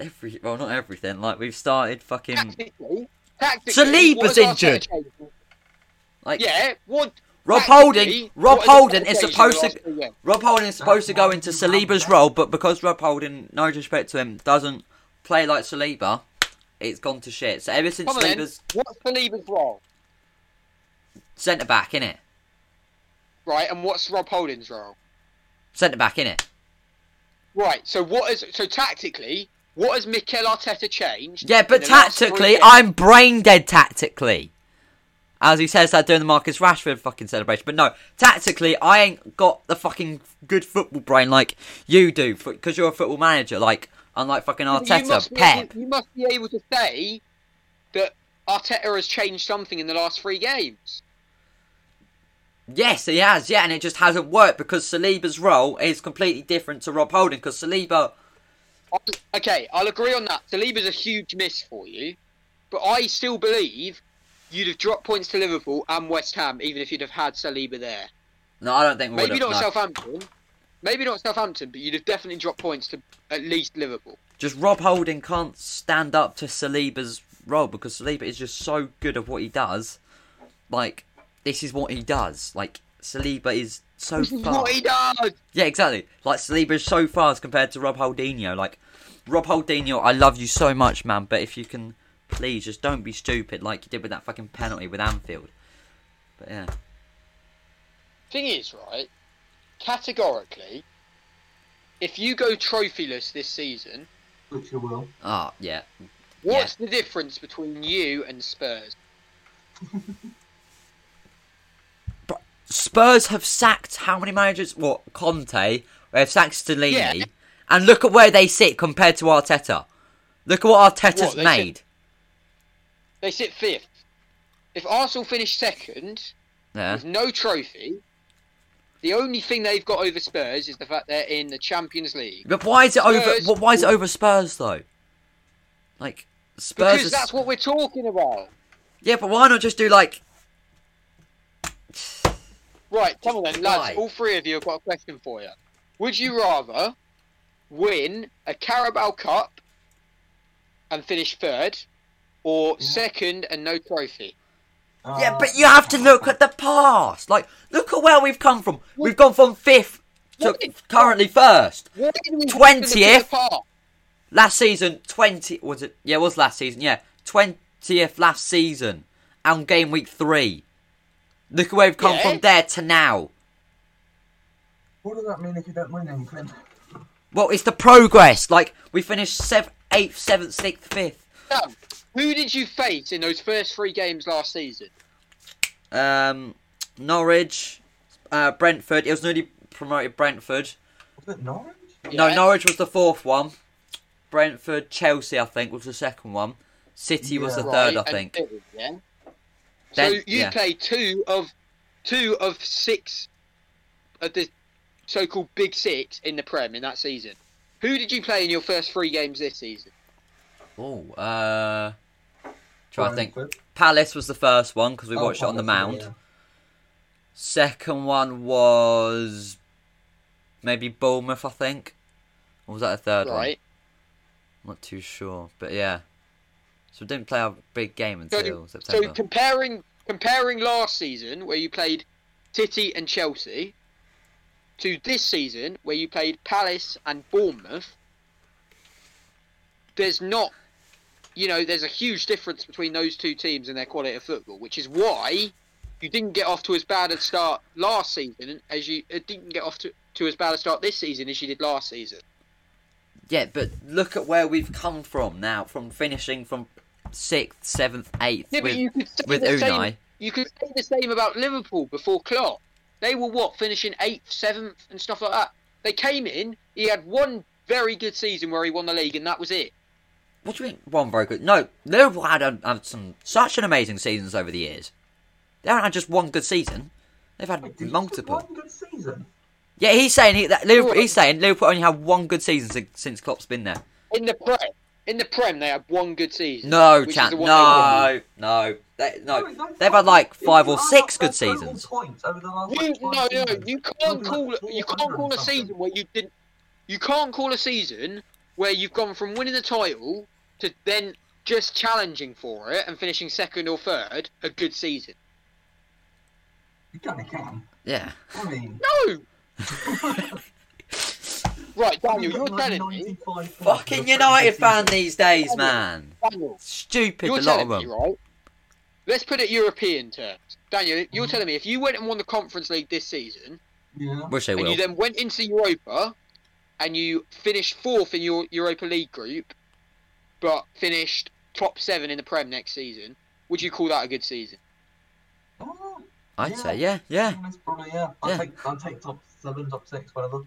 [SPEAKER 3] every, well, not everything. Like we've started fucking
[SPEAKER 2] Tactically, tactically.
[SPEAKER 3] Saliba's
[SPEAKER 2] what has Arteta
[SPEAKER 3] injured.
[SPEAKER 2] changed?
[SPEAKER 3] like
[SPEAKER 2] Yeah. What?
[SPEAKER 3] Rob
[SPEAKER 2] tactically,
[SPEAKER 3] Holding. Rob
[SPEAKER 2] what has Arteta
[SPEAKER 3] Holding
[SPEAKER 2] changed
[SPEAKER 3] is
[SPEAKER 2] in the
[SPEAKER 3] supposed
[SPEAKER 2] last
[SPEAKER 3] to.
[SPEAKER 2] three games?
[SPEAKER 3] Rob Holding is supposed to go into
[SPEAKER 5] That's why you
[SPEAKER 3] Saliba's
[SPEAKER 5] have
[SPEAKER 3] role, but because Rob Holding, no disrespect to him, doesn't play like Saliba, it's gone to shit. So ever since
[SPEAKER 2] Come on, then.
[SPEAKER 3] Saliba's
[SPEAKER 2] What's Saliba's role?
[SPEAKER 3] centre back, innit?
[SPEAKER 2] Right, and what's Rob Holding's role?
[SPEAKER 3] Centre back, innit?
[SPEAKER 2] Right. So what is? So tactically, What has Mikel Arteta changed?
[SPEAKER 3] Yeah,
[SPEAKER 2] in
[SPEAKER 3] but
[SPEAKER 2] the last three
[SPEAKER 3] tactically,
[SPEAKER 2] games?
[SPEAKER 3] I'm brain dead tactically. As he says that during the Marcus Rashford fucking celebration. But no, tactically, I ain't got the fucking good football brain like you do, because you're a football manager, like, unlike fucking
[SPEAKER 2] you
[SPEAKER 3] Arteta,
[SPEAKER 2] must be
[SPEAKER 3] Pep.
[SPEAKER 2] Able, you must be able to say that Arteta has changed something in the last three games.
[SPEAKER 3] Yes, he has, yeah, and it just hasn't worked because Saliba's role is completely different to Rob Holding, because Saliba.
[SPEAKER 2] I- Okay, I'll agree on that. Saliba's a huge miss for you, but I still believe you'd have dropped points to Liverpool and West Ham even if you'd have had Saliba there.
[SPEAKER 3] No, I don't think we
[SPEAKER 2] Maybe not
[SPEAKER 3] would've, no.
[SPEAKER 2] Southampton. Maybe not Southampton, but you'd have definitely dropped points to at least Liverpool.
[SPEAKER 3] Just Rob Holding can't stand up to Saliba's role because Saliba is just so good at what he does. Like, this is what he does. Like, Saliba is so
[SPEAKER 2] This is
[SPEAKER 3] fast.
[SPEAKER 2] what he does.
[SPEAKER 3] Yeah, exactly. Like, Saliba is so fast compared to Rob Holdinho. Like, Rob Holdinho, I love you so much, man, but if you can please just don't be stupid like you did with that fucking penalty with Anfield. But yeah.
[SPEAKER 2] Thing is, right? Categorically, if you go trophyless this season,
[SPEAKER 5] Which you will.
[SPEAKER 3] Ah, yeah.
[SPEAKER 2] What's the difference between you and Spurs?
[SPEAKER 3] Spurs have sacked how many managers? What Conte? They've sacked Stellini,
[SPEAKER 2] Yeah.
[SPEAKER 3] and look at where they sit compared to Arteta. Look at what Arteta's
[SPEAKER 2] What, they
[SPEAKER 3] made.
[SPEAKER 2] They sit fifth. If Arsenal finish second
[SPEAKER 3] Yeah,
[SPEAKER 2] with no trophy, the only thing they've got over Spurs is the fact they're in the Champions League.
[SPEAKER 3] but why is it
[SPEAKER 2] Spurs-
[SPEAKER 3] over? wh- Why is it over Spurs though? Like Spurs.
[SPEAKER 2] Because
[SPEAKER 3] is-
[SPEAKER 2] that's what we're talking about.
[SPEAKER 3] Yeah, but why not just do like?
[SPEAKER 2] Right, come on then, lads.
[SPEAKER 3] Why?
[SPEAKER 2] All three of you have got a question for you. Would you rather win a Carabao Cup and finish third, or second and no trophy?
[SPEAKER 3] Yeah,
[SPEAKER 5] Uh,
[SPEAKER 3] but you have to look at the past. Like, look at where we've come from. We've gone from fifth to
[SPEAKER 2] What is-
[SPEAKER 3] currently first.
[SPEAKER 2] What do we-
[SPEAKER 3] 20th?
[SPEAKER 2] Apart?
[SPEAKER 3] last season 20 was it yeah it was last season yeah 20th last season and game week 3 look at where we've come
[SPEAKER 2] Yeah.
[SPEAKER 3] from there to now
[SPEAKER 5] What does that mean if you don't win anything?
[SPEAKER 3] well it's the progress like we finished 7th 8th 7th 6th 5th
[SPEAKER 2] Sam, who did you face in those first three games last season?
[SPEAKER 3] um Norwich uh Brentford it was newly promoted Brentford
[SPEAKER 5] Was it Norwich?
[SPEAKER 3] no
[SPEAKER 2] Yeah.
[SPEAKER 3] Norwich was the fourth one Brentford Chelsea I think was the second one City was the
[SPEAKER 5] Yeah.
[SPEAKER 3] third
[SPEAKER 2] Right,
[SPEAKER 3] I
[SPEAKER 2] and
[SPEAKER 3] think
[SPEAKER 2] Italy, yeah?
[SPEAKER 3] Then-
[SPEAKER 2] so you
[SPEAKER 3] yeah.
[SPEAKER 2] play two of two of six of the so-called big six in the Prem in that season. Who did you play in your first three games this season?
[SPEAKER 3] oh uh try to think
[SPEAKER 5] Brentford.
[SPEAKER 3] Palace was the first one because we
[SPEAKER 5] Oh,
[SPEAKER 3] watched it on the
[SPEAKER 5] Brentford,
[SPEAKER 3] mound
[SPEAKER 5] yeah.
[SPEAKER 3] Second one was maybe Bournemouth, I think. Or was that a third one?
[SPEAKER 2] Right.
[SPEAKER 3] I'm not too sure. But yeah. So we didn't play our big game until
[SPEAKER 2] So, so
[SPEAKER 3] September.
[SPEAKER 2] comparing comparing last season where you played City and Chelsea to this season where you played Palace and Bournemouth, there's not, you know, there's a huge difference between those two teams and their quality of football, which is why you didn't get off to as bad a start last season as you uh, didn't get off to, to as bad a start this season as you did last season.
[SPEAKER 3] yeah, but look at where we've come from now, from finishing from sixth, seventh, eighth
[SPEAKER 2] Yeah,
[SPEAKER 3] with
[SPEAKER 2] but you could say
[SPEAKER 3] with
[SPEAKER 2] the
[SPEAKER 3] Unai.
[SPEAKER 2] Same, you could say the same about Liverpool before Klopp. They were what finishing eighth, seventh, and stuff like that. They came in. He had one very good season where he won the league, and that was it.
[SPEAKER 3] What do you mean? One very good. No, Liverpool had, a, had some such an amazing seasons over the years. They haven't had just one good season. They've had
[SPEAKER 5] Wait, did you just
[SPEAKER 3] multiple.
[SPEAKER 5] One good season.
[SPEAKER 3] Yeah, he's saying he, that Liverpool,
[SPEAKER 2] Sure.
[SPEAKER 3] he's
[SPEAKER 5] um,
[SPEAKER 3] saying Liverpool only had one good season since, since Klopp's been there.
[SPEAKER 2] In the prem, in the prem, they had one good season.
[SPEAKER 3] No,
[SPEAKER 2] which is
[SPEAKER 3] chan
[SPEAKER 2] the one they won.
[SPEAKER 3] No, no. They, no, they've had like five or six good seasons.
[SPEAKER 2] You, no, no, you can't call you can't call a season where you didn't. You can't call a season where you've gone from winning the title to then just challenging for it and finishing second or third a good season.
[SPEAKER 5] You kind of can.
[SPEAKER 3] Yeah.
[SPEAKER 5] I mean,
[SPEAKER 2] No. right, Daniel, you're telling me,
[SPEAKER 3] Fucking United fan these days, man.
[SPEAKER 2] Daniel,
[SPEAKER 3] Stupid,
[SPEAKER 2] you're
[SPEAKER 3] a lot
[SPEAKER 2] telling
[SPEAKER 3] of
[SPEAKER 2] me,
[SPEAKER 3] them.
[SPEAKER 2] right? Let's put it European terms. Daniel,
[SPEAKER 3] Mm-hmm.
[SPEAKER 2] you're telling me if you went and won the Conference League this season,
[SPEAKER 5] Yeah.
[SPEAKER 3] Wish they
[SPEAKER 2] and
[SPEAKER 3] will.
[SPEAKER 2] you then went into Europa, and you finished fourth in your Europa League group, but finished top seven in the Prem next season, would you call that a good season?
[SPEAKER 5] Oh,
[SPEAKER 3] I'd
[SPEAKER 5] Yeah.
[SPEAKER 3] say yeah, yeah,
[SPEAKER 5] that's probably, yeah. I'll,
[SPEAKER 3] Yeah.
[SPEAKER 5] Take, I'll take top seven, top six, whatever.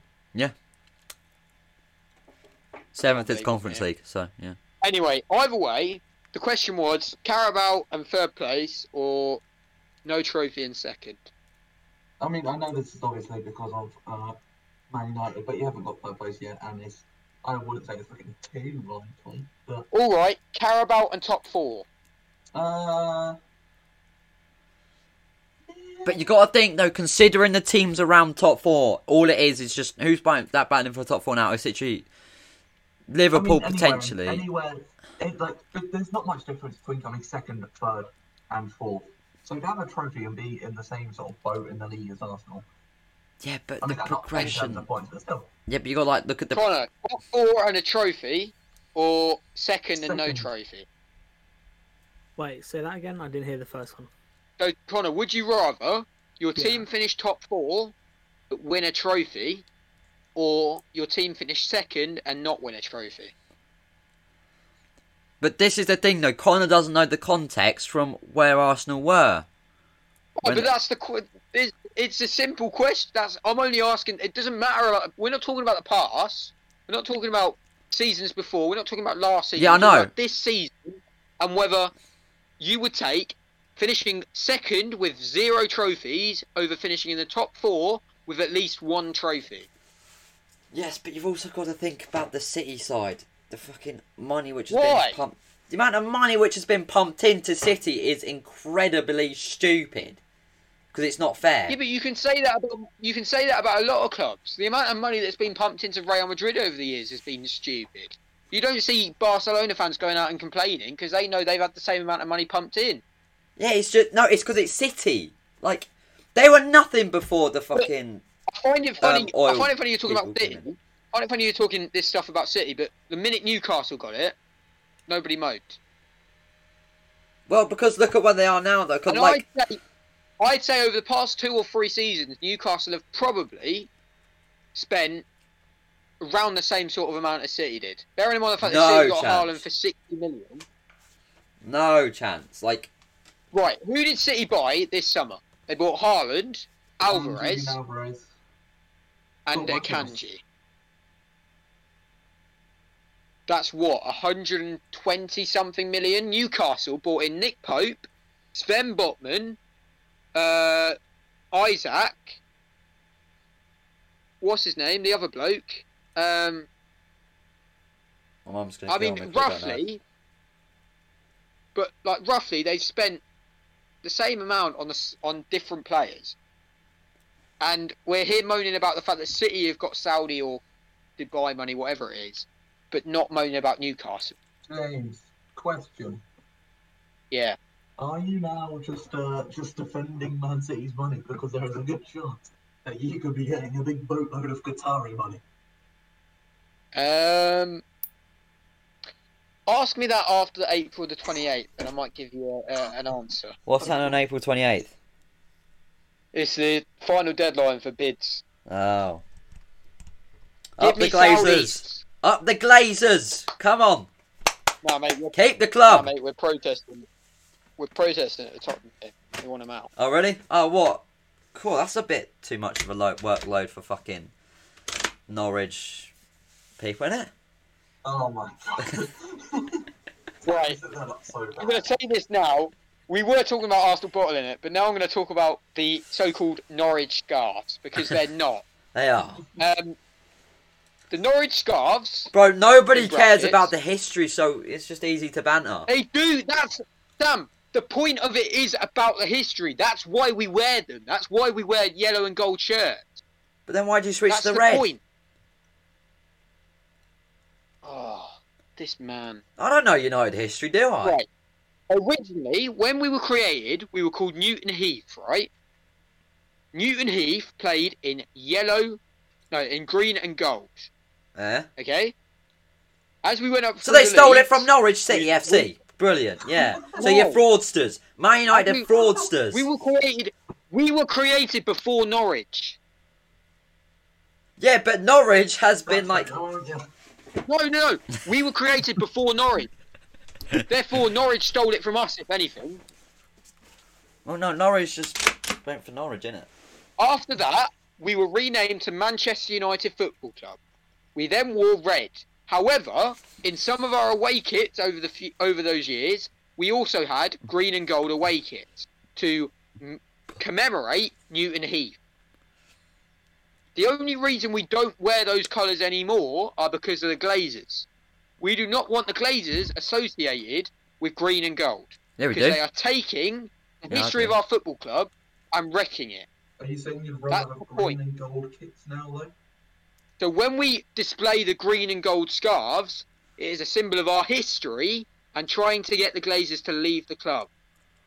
[SPEAKER 3] seventh is
[SPEAKER 2] Probably,
[SPEAKER 3] Conference
[SPEAKER 2] yeah.
[SPEAKER 3] League, so yeah.
[SPEAKER 2] Anyway, either way, the question was Carabao and third place or no trophy in second.
[SPEAKER 5] I mean, I know this is obviously because of uh, Man United, but you haven't got third place yet, and it's. I wouldn't say it's looking too likely, but
[SPEAKER 2] All right, Carabao and top four.
[SPEAKER 5] uh.
[SPEAKER 3] But you got to think though, considering the teams around top four, all it is is just who's buying that battling for top four now. It's literally
[SPEAKER 5] I mean,
[SPEAKER 3] Liverpool
[SPEAKER 5] anywhere-
[SPEAKER 3] potentially.
[SPEAKER 5] Anywhere, it, like, th- there's not much difference between coming second, third, and fourth. So to have a trophy and be in the same sort of boat in the league as Arsenal.
[SPEAKER 3] Yeah, but the
[SPEAKER 5] I mean, that's not saying
[SPEAKER 3] progression.
[SPEAKER 5] that's the point, but still.
[SPEAKER 3] Yeah, but you got to like look at the.
[SPEAKER 2] Connor, top four and a trophy or second and no
[SPEAKER 5] Second.
[SPEAKER 2] trophy?
[SPEAKER 6] Wait, say that again. I didn't hear the first one.
[SPEAKER 2] So, Connor, would you rather your
[SPEAKER 6] Yeah.
[SPEAKER 2] team finish top four but win a trophy or your team finish second and not win a trophy?
[SPEAKER 3] But this is the thing though. Connor doesn't know the context from where Arsenal were.
[SPEAKER 2] Oh,
[SPEAKER 3] When-
[SPEAKER 2] but that's the qu- it's, it's a simple question. That's I'm only asking. It doesn't matter. About, we're not talking about the past. We're not talking about seasons before. We're not talking about last season.
[SPEAKER 3] Yeah, I
[SPEAKER 2] We're talking
[SPEAKER 3] know.
[SPEAKER 2] About this season and whether you would take finishing second with zero trophies over finishing in the top four with at least one trophy.
[SPEAKER 3] Yes, but you've also got to think about the city side. The fucking money which has
[SPEAKER 2] Why?
[SPEAKER 3] been pumped. The amount of money which has been pumped into City is incredibly stupid. Because it's not fair.
[SPEAKER 2] Yeah, but you can say that about you can say that about a lot of clubs. The amount of money that's been pumped into Real Madrid over the years has been stupid. You don't see Barcelona fans going out and complaining because they know they've had the same amount of money pumped in.
[SPEAKER 3] Yeah, it's just no. It's because it's City. Like they were nothing before the fucking.
[SPEAKER 2] I find it funny.
[SPEAKER 3] Um, oil
[SPEAKER 2] I find it funny you're talking about
[SPEAKER 3] people
[SPEAKER 2] City.
[SPEAKER 3] came in.
[SPEAKER 2] I find it funny you're talking this stuff about City, but the minute Newcastle got it, nobody moped.
[SPEAKER 3] Well, because look at where they are now, though. 'cause,
[SPEAKER 2] And
[SPEAKER 3] like,
[SPEAKER 2] I'd, say, I'd say over the past two or three seasons, Newcastle have probably spent around the same sort of amount as City did. Bearing in mind the fact that
[SPEAKER 3] No
[SPEAKER 2] City got
[SPEAKER 3] chance.
[SPEAKER 2] Haaland for sixty million.
[SPEAKER 3] no chance. Like,
[SPEAKER 2] Right, who did City buy this summer? They bought Haaland, Alvarez,
[SPEAKER 5] Julian Alvarez.
[SPEAKER 2] and
[SPEAKER 5] But
[SPEAKER 2] a
[SPEAKER 5] what else?
[SPEAKER 2] kanji. That's what, 120 something million? Newcastle bought in Nick Pope, Sven Botman, uh, Isaac, what's his name, the other bloke. Um,
[SPEAKER 3] my mum's gonna.
[SPEAKER 2] I
[SPEAKER 3] kill
[SPEAKER 2] mean,
[SPEAKER 3] me if don't know.
[SPEAKER 2] roughly, but like roughly, they've spent the same amount on the s- on different players, and we're here moaning about the fact that City have got Saudi or Dubai money, whatever it is, but not moaning about Newcastle.
[SPEAKER 5] James, question.
[SPEAKER 2] Yeah,
[SPEAKER 5] Are you now just uh, just defending Man City's money because there is a good chance that you could be getting a big boatload of Qatari money?
[SPEAKER 2] um, ask me that after April the twenty eighth, and I might give you a, a, an answer.
[SPEAKER 3] What's that on April twenty eighth?
[SPEAKER 2] It's the final deadline for bids.
[SPEAKER 3] Oh.
[SPEAKER 2] Give
[SPEAKER 3] Up the
[SPEAKER 2] me
[SPEAKER 3] Glazers!
[SPEAKER 2] Saudis.
[SPEAKER 3] Up the Glazers! Come on,
[SPEAKER 2] No, mate, we're
[SPEAKER 3] keep the
[SPEAKER 2] No,
[SPEAKER 3] club.
[SPEAKER 2] mate, we're protesting. We're protesting at the top. We want them out.
[SPEAKER 3] oh really? Oh what? Cool. That's a bit too much of a lo- workload for fucking Norwich people, isn't it?
[SPEAKER 5] Oh my god.
[SPEAKER 2] Right.
[SPEAKER 5] Set that up so
[SPEAKER 2] I'm
[SPEAKER 5] bad.
[SPEAKER 2] going to say this now. We were talking about Arsenal bottling it, but now I'm going to talk about the so-called Norwich scarves because they're not.
[SPEAKER 3] They are.
[SPEAKER 2] Um, the Norwich scarves,
[SPEAKER 3] Bro, nobody
[SPEAKER 2] In
[SPEAKER 3] cares
[SPEAKER 2] brackets.
[SPEAKER 3] about the history, so it's just easy to banter.
[SPEAKER 2] they do. That's damn. The point of it is about the history. That's why we wear them. That's why we wear yellow and gold shirts.
[SPEAKER 3] But then why do you switch
[SPEAKER 2] That's
[SPEAKER 3] to
[SPEAKER 2] the,
[SPEAKER 3] red?
[SPEAKER 2] point. Oh, this man.
[SPEAKER 3] I don't know United history, do I?
[SPEAKER 2] Right. Originally, when we were created, we were called Newton Heath, right? Newton Heath played in yellow, no, in green and gold.
[SPEAKER 3] Yeah.
[SPEAKER 2] Okay. As we went up,
[SPEAKER 3] So
[SPEAKER 2] through
[SPEAKER 3] they
[SPEAKER 2] the
[SPEAKER 3] stole it
[SPEAKER 2] leagues,
[SPEAKER 3] from Norwich City FC. Brilliant, yeah. So you're
[SPEAKER 2] Whoa.
[SPEAKER 3] fraudsters. Man United
[SPEAKER 2] We-
[SPEAKER 3] fraudsters.
[SPEAKER 2] We were created. We were created before Norwich.
[SPEAKER 3] Yeah, but Norwich has
[SPEAKER 5] That's
[SPEAKER 3] been like.
[SPEAKER 5] it. Oh, yeah.
[SPEAKER 2] No, no, no. we were created before Norwich. Therefore, Norwich stole it from us, if anything.
[SPEAKER 3] Well, no, Norwich just went for Norwich, innit?
[SPEAKER 2] After that, we were renamed to Manchester United Football Club. We then wore red. However, in some of our away kits over the few, over those years, we also had green and gold away kits to m- commemorate Newton Heath. The only reason we don't wear those colours anymore are because of the Glazers. We do not want the Glazers associated with green and gold
[SPEAKER 3] There we
[SPEAKER 2] because
[SPEAKER 3] do.
[SPEAKER 2] they are taking the
[SPEAKER 3] Yeah, I
[SPEAKER 2] history of
[SPEAKER 3] do.
[SPEAKER 2] our football club and wrecking it.
[SPEAKER 5] Are you saying you've run
[SPEAKER 2] That's
[SPEAKER 5] out
[SPEAKER 2] the
[SPEAKER 5] of
[SPEAKER 2] point.
[SPEAKER 5] green and gold kits now, though?
[SPEAKER 2] So when we display the green and gold scarves, it is a symbol of our history and trying to get the Glazers to leave the club.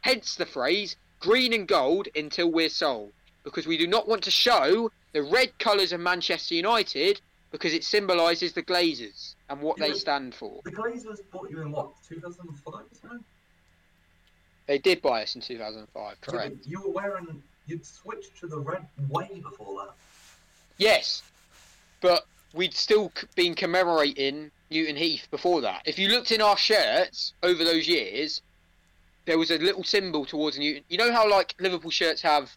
[SPEAKER 2] Hence the phrase green and gold until we're sold, because we do not want to show the red colours of Manchester United because it symbolises the Glazers and what they stand for.
[SPEAKER 5] The Glazers bought you in what, 2005 or something?
[SPEAKER 2] They did buy us in 2005,
[SPEAKER 5] Yeah,
[SPEAKER 2] correct?
[SPEAKER 5] but You were wearing. You'd switched to the red way before that.
[SPEAKER 2] Yes, but we'd still c- been commemorating Newton Heath before that. If you looked in our shirts over those years, there was a little symbol towards Newton. You know how like Liverpool shirts have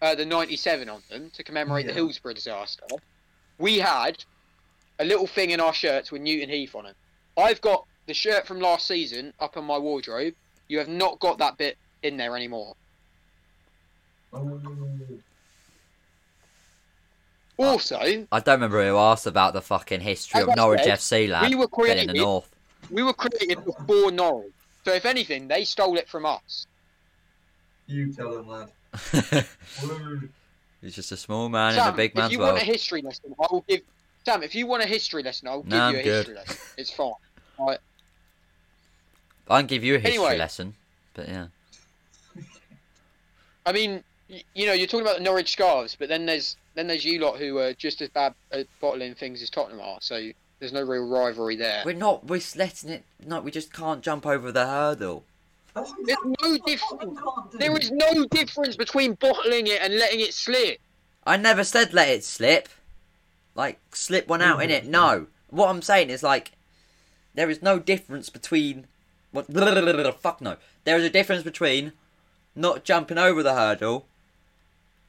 [SPEAKER 2] uh, the '97 on them to commemorate the
[SPEAKER 5] Yeah.
[SPEAKER 2] Hillsborough disaster. We had a little thing in our shirts with Newton Heath on it. I've got the shirt from last season up in my wardrobe. You have not got that bit in there anymore.
[SPEAKER 5] Oh,
[SPEAKER 2] Also,
[SPEAKER 3] I don't remember who asked about the fucking history
[SPEAKER 2] As
[SPEAKER 3] of
[SPEAKER 2] I
[SPEAKER 3] Norwich
[SPEAKER 2] said,
[SPEAKER 3] FC, lad.
[SPEAKER 2] we were
[SPEAKER 3] been in the
[SPEAKER 2] created-
[SPEAKER 3] north.
[SPEAKER 2] we were created before Norwich, so if anything, they stole it from us.
[SPEAKER 5] you tell them, lad. Woo.
[SPEAKER 3] He's just a small man in
[SPEAKER 2] Sam,
[SPEAKER 3] a big
[SPEAKER 2] if
[SPEAKER 3] man's
[SPEAKER 2] you
[SPEAKER 3] world.
[SPEAKER 2] want a history lesson, I will give. Sam, if you want a history lesson, I'll give
[SPEAKER 3] Nah,
[SPEAKER 2] you a
[SPEAKER 3] I'm good.
[SPEAKER 2] history lesson. It's fine. Alright.
[SPEAKER 3] I can give you a history
[SPEAKER 2] Anyway.
[SPEAKER 3] lesson, but yeah.
[SPEAKER 2] I mean, y- you know, you're talking about the Norwich scarves, but then there's then there's you lot who are just as bad at bottling things as Tottenham are. So there's no real rivalry there.
[SPEAKER 3] We're not, we're letting it, no, we just can't jump over the hurdle.
[SPEAKER 5] That's
[SPEAKER 2] There's
[SPEAKER 5] exactly
[SPEAKER 2] no
[SPEAKER 5] what Tottenham
[SPEAKER 2] difference.
[SPEAKER 5] can't do.
[SPEAKER 2] There is no difference between bottling it and letting it slip.
[SPEAKER 3] I never said let it slip. Like, slip one out in it. No. What I'm saying is, like, there is no difference between. What, fuck no. There is a difference between not jumping over the hurdle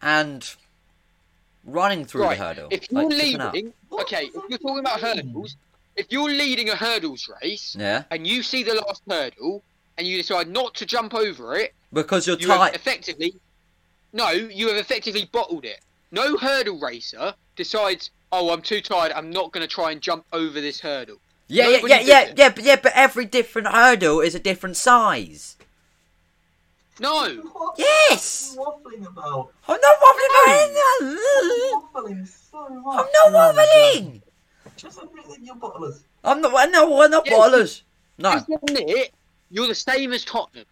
[SPEAKER 3] and running through
[SPEAKER 2] Right.
[SPEAKER 3] the hurdle.
[SPEAKER 2] If you're
[SPEAKER 3] Like, slipping up.
[SPEAKER 2] leading,
[SPEAKER 5] What
[SPEAKER 2] okay,
[SPEAKER 5] does
[SPEAKER 2] if
[SPEAKER 5] that
[SPEAKER 2] you're talking about
[SPEAKER 5] mean?
[SPEAKER 2] hurdles, if you're leading a hurdles race
[SPEAKER 3] Yeah.
[SPEAKER 2] and you see the last hurdle and you decide not to jump over it,
[SPEAKER 3] Because you're
[SPEAKER 2] you have
[SPEAKER 3] tight.
[SPEAKER 2] effectively no you have effectively bottled it no hurdle racer decides oh i'm too tired i'm not going to try and jump over this hurdle
[SPEAKER 3] Yeah, yeah,
[SPEAKER 2] nobody
[SPEAKER 3] yeah,
[SPEAKER 2] did
[SPEAKER 3] yeah,
[SPEAKER 2] it.
[SPEAKER 3] yeah, but, yeah, but every different hurdle is a different size.
[SPEAKER 2] no
[SPEAKER 5] What
[SPEAKER 3] Yes!
[SPEAKER 5] are you waffling about?
[SPEAKER 3] I'm not wobbling!
[SPEAKER 5] Waffling so much.
[SPEAKER 3] I'm not wobbling!
[SPEAKER 5] Just admit that you're bottlers.
[SPEAKER 3] I'm not, no, we're not
[SPEAKER 2] Yes.
[SPEAKER 3] bottlers. No.
[SPEAKER 2] just admit it you're the same as tottenham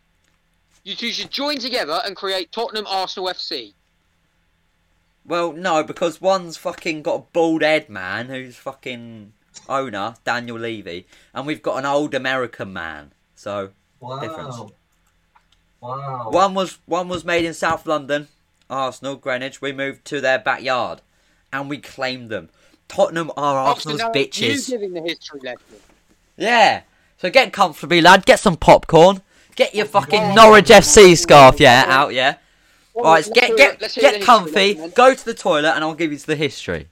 [SPEAKER 2] you two should join together and create tottenham arsenal fc
[SPEAKER 3] Well, no, because one's fucking got a bald head man who's fucking owner, Daniel Levy, and we've got an old American man. So
[SPEAKER 5] Wow.
[SPEAKER 3] Difference.
[SPEAKER 5] Wow.
[SPEAKER 3] one was one was made in South London, Arsenal, Greenwich, we moved to their backyard and we claimed them. Tottenham are Arsenal's
[SPEAKER 2] Arsenal,
[SPEAKER 3] bitches.
[SPEAKER 2] you giving the history lesson
[SPEAKER 3] Yeah. So get comfortably, lad, get some popcorn. Get your fucking
[SPEAKER 2] Yeah.
[SPEAKER 3] Norwich FC scarf, yeah, out, yeah.
[SPEAKER 2] Let's
[SPEAKER 3] Alright,
[SPEAKER 2] hear
[SPEAKER 3] get
[SPEAKER 2] it.
[SPEAKER 3] get
[SPEAKER 2] Let's hear the
[SPEAKER 3] get
[SPEAKER 2] history
[SPEAKER 3] comfy,
[SPEAKER 2] lesson then.
[SPEAKER 3] go to the toilet and I'll give you the history.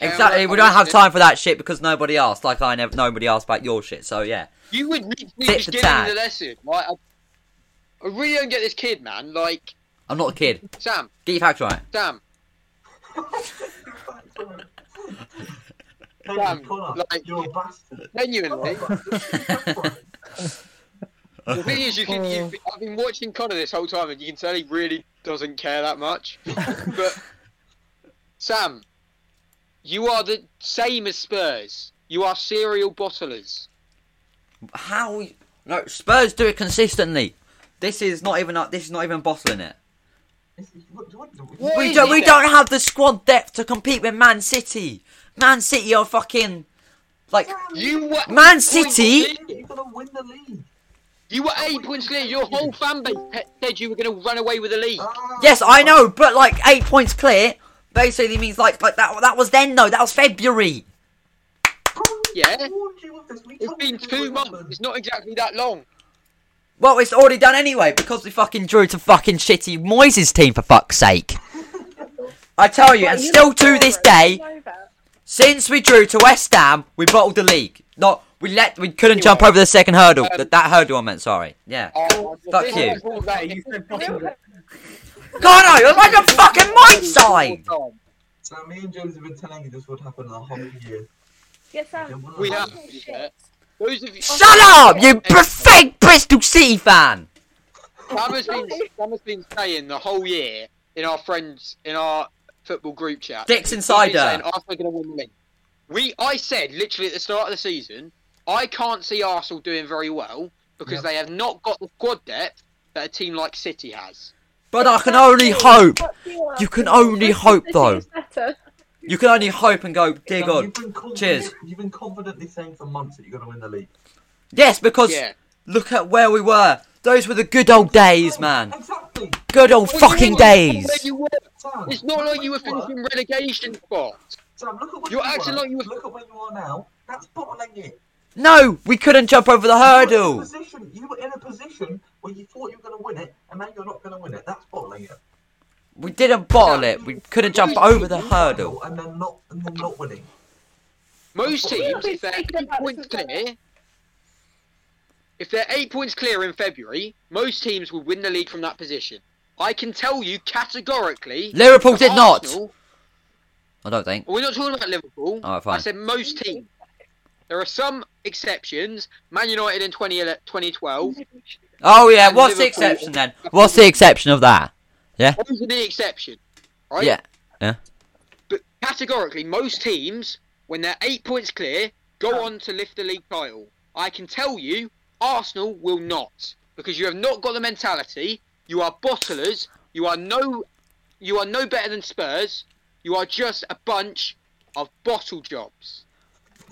[SPEAKER 2] Yeah,
[SPEAKER 3] Exactly.
[SPEAKER 2] I'm
[SPEAKER 3] We don't have
[SPEAKER 2] listening.
[SPEAKER 3] time for that shit because nobody asked. Like I never, nobody asked about your shit. So yeah.
[SPEAKER 2] You would literally
[SPEAKER 3] Fit
[SPEAKER 2] just
[SPEAKER 3] the
[SPEAKER 2] giving me
[SPEAKER 3] tag.
[SPEAKER 2] the lesson. Right? I, I really don't get this kid, man. Like
[SPEAKER 3] I'm not a kid.
[SPEAKER 2] Sam,
[SPEAKER 3] Get your facts right.
[SPEAKER 2] Sam,
[SPEAKER 5] Henry Connor,
[SPEAKER 2] like-
[SPEAKER 5] you're a bastard.
[SPEAKER 2] genuinely. The thing is, you can,
[SPEAKER 6] Oh.
[SPEAKER 2] you, I've been watching Connor this whole time, and you can tell he really doesn't care that much. but Sam, you are the same as Spurs. You are serial bottlers.
[SPEAKER 3] How? No. Spurs do it consistently. This is not even. This is not even bottling it.
[SPEAKER 2] What
[SPEAKER 3] We
[SPEAKER 2] is
[SPEAKER 3] don't. We
[SPEAKER 2] it?
[SPEAKER 3] don't have the squad depth to compete with Man City. Man City are fucking like.
[SPEAKER 2] You were
[SPEAKER 3] Man
[SPEAKER 2] eight points
[SPEAKER 3] City?
[SPEAKER 2] clear.
[SPEAKER 5] You're gonna win the league.
[SPEAKER 2] You were eight points clear. Your whole fan base pe- said you were going to run away with the league.
[SPEAKER 5] Ah,
[SPEAKER 3] Yes, I know, but like eight points clear basically means like like that. That was then though. That was February.
[SPEAKER 2] Yeah,
[SPEAKER 5] warned you of this. We
[SPEAKER 2] it's
[SPEAKER 5] told you
[SPEAKER 2] been
[SPEAKER 5] this
[SPEAKER 2] two
[SPEAKER 5] would
[SPEAKER 2] months.
[SPEAKER 5] happen.
[SPEAKER 2] It's not exactly that long.
[SPEAKER 3] Well, it's already done anyway because we fucking drew to fucking shitty Moyes' team for fuck's sake. I tell you, and
[SPEAKER 4] But you
[SPEAKER 3] Oh, still
[SPEAKER 4] look
[SPEAKER 3] to this
[SPEAKER 4] forward, you
[SPEAKER 3] day,
[SPEAKER 4] know that.
[SPEAKER 3] since we drew to West Ham, we bottled the league. Not we let we couldn't jump over the second hurdle.
[SPEAKER 2] Um,
[SPEAKER 3] that, that hurdle I meant. Sorry. Yeah.
[SPEAKER 2] Oh,
[SPEAKER 3] Fuck
[SPEAKER 2] this
[SPEAKER 3] you.
[SPEAKER 2] is all that-
[SPEAKER 1] You said bottled it.
[SPEAKER 3] God, no, like a fucking mind sign.
[SPEAKER 5] So me and James have been telling you this would happen the whole year.
[SPEAKER 4] Yes, Sam.
[SPEAKER 5] Don't
[SPEAKER 2] We
[SPEAKER 5] worry.
[SPEAKER 2] have
[SPEAKER 4] Oh,
[SPEAKER 2] to do
[SPEAKER 4] shit.
[SPEAKER 2] that. Those of you, Oh,
[SPEAKER 3] Shut up, you b- fake Bristol City fan.
[SPEAKER 2] Sam has been Sam has been saying the whole year in our friends in our football group chat. he's
[SPEAKER 3] Dicks
[SPEAKER 2] been
[SPEAKER 3] Insider.
[SPEAKER 2] saying Arsenal going to win the league. We, I said literally at the start of the season, I can't see Arsenal doing very well because they have not got the squad depth that a team like City has.
[SPEAKER 3] But I can only hope.
[SPEAKER 4] Fuck you,
[SPEAKER 3] You can
[SPEAKER 4] Arsenal.
[SPEAKER 3] only hope, though.
[SPEAKER 4] It's better.
[SPEAKER 3] You can only hope and go, dear
[SPEAKER 5] Sam,
[SPEAKER 3] God.
[SPEAKER 5] you've been confident-
[SPEAKER 3] Cheers.
[SPEAKER 5] You've been confidently saying for months that you're going to win the league.
[SPEAKER 3] Yes, because
[SPEAKER 2] Yeah.
[SPEAKER 3] look at where we were. Those were the good old days, man.
[SPEAKER 5] Exactly.
[SPEAKER 3] Good old fucking days.
[SPEAKER 2] Where you were.
[SPEAKER 5] Sam,
[SPEAKER 2] It's not
[SPEAKER 5] look
[SPEAKER 2] like
[SPEAKER 5] where
[SPEAKER 2] you were finishing relegation spots.
[SPEAKER 5] Sam, look at where
[SPEAKER 2] You're
[SPEAKER 5] you
[SPEAKER 2] acting
[SPEAKER 5] were.
[SPEAKER 2] like you were-
[SPEAKER 5] Look at where you are now. That's bottling it.
[SPEAKER 3] No, we couldn't jump over the
[SPEAKER 5] You were, in a
[SPEAKER 3] hurdle.
[SPEAKER 5] position, you were in a position where you thought you were going to win it, and now you're not going to win it. That's bottling it.
[SPEAKER 3] We didn't bottle it. We couldn't jump over the hurdle.
[SPEAKER 5] And then not, and then not winning.
[SPEAKER 2] Most
[SPEAKER 5] Yeah,
[SPEAKER 2] teams,
[SPEAKER 4] but
[SPEAKER 2] if they're
[SPEAKER 4] think
[SPEAKER 2] eight
[SPEAKER 4] about
[SPEAKER 2] points
[SPEAKER 4] this as well.
[SPEAKER 2] clear, if they're eight points clear in February, most teams will win the league from that position. I can tell you categorically.
[SPEAKER 3] Liverpool
[SPEAKER 2] that
[SPEAKER 3] did not.
[SPEAKER 2] Arsenal-
[SPEAKER 3] I don't think.
[SPEAKER 2] We're not talking about Liverpool.
[SPEAKER 3] Alright, fine.
[SPEAKER 2] I said most teams. There are some exceptions. Man United in 20, 2012.
[SPEAKER 3] Oh yeah,
[SPEAKER 2] And
[SPEAKER 3] what's the
[SPEAKER 2] Liverpool-
[SPEAKER 3] exception then? What's the exception of that?
[SPEAKER 2] Those are the exception, right?
[SPEAKER 3] Yeah.
[SPEAKER 2] But categorically, most teams, when they're eight points clear, go on to lift the league title. I can tell you, Arsenal will not because you have not got the mentality. You are bottlers. You are no, you are no better than Spurs. You are just a bunch of bottle jobs.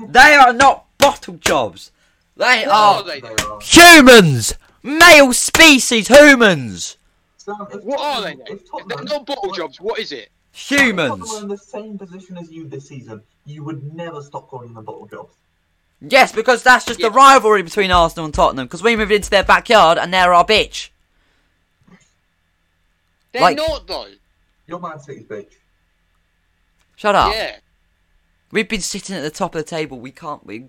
[SPEAKER 3] They are not bottle jobs. They
[SPEAKER 2] What are
[SPEAKER 3] are
[SPEAKER 2] they?
[SPEAKER 5] There
[SPEAKER 2] then?
[SPEAKER 5] are.
[SPEAKER 3] humans. Male species humans.
[SPEAKER 5] Sam, if
[SPEAKER 2] What are they?
[SPEAKER 5] Tottenham-
[SPEAKER 2] then?
[SPEAKER 5] if
[SPEAKER 2] If
[SPEAKER 5] Tottenham-
[SPEAKER 2] they're not bottle
[SPEAKER 5] what-
[SPEAKER 2] jobs, what is it?
[SPEAKER 5] If
[SPEAKER 3] Humans.
[SPEAKER 5] Tottenham were in the same position as you this season, you would never stop calling them bottle jobs.
[SPEAKER 3] Yes, because that's just the
[SPEAKER 2] Yeah.
[SPEAKER 3] rivalry between Arsenal and Tottenham. Because we moved into their backyard and they're our bitch.
[SPEAKER 2] They're
[SPEAKER 3] Like-
[SPEAKER 2] not though.
[SPEAKER 5] You're Man City's bitch.
[SPEAKER 3] Shut up.
[SPEAKER 2] Yeah.
[SPEAKER 3] We've been sitting at the top of the table. We can't. We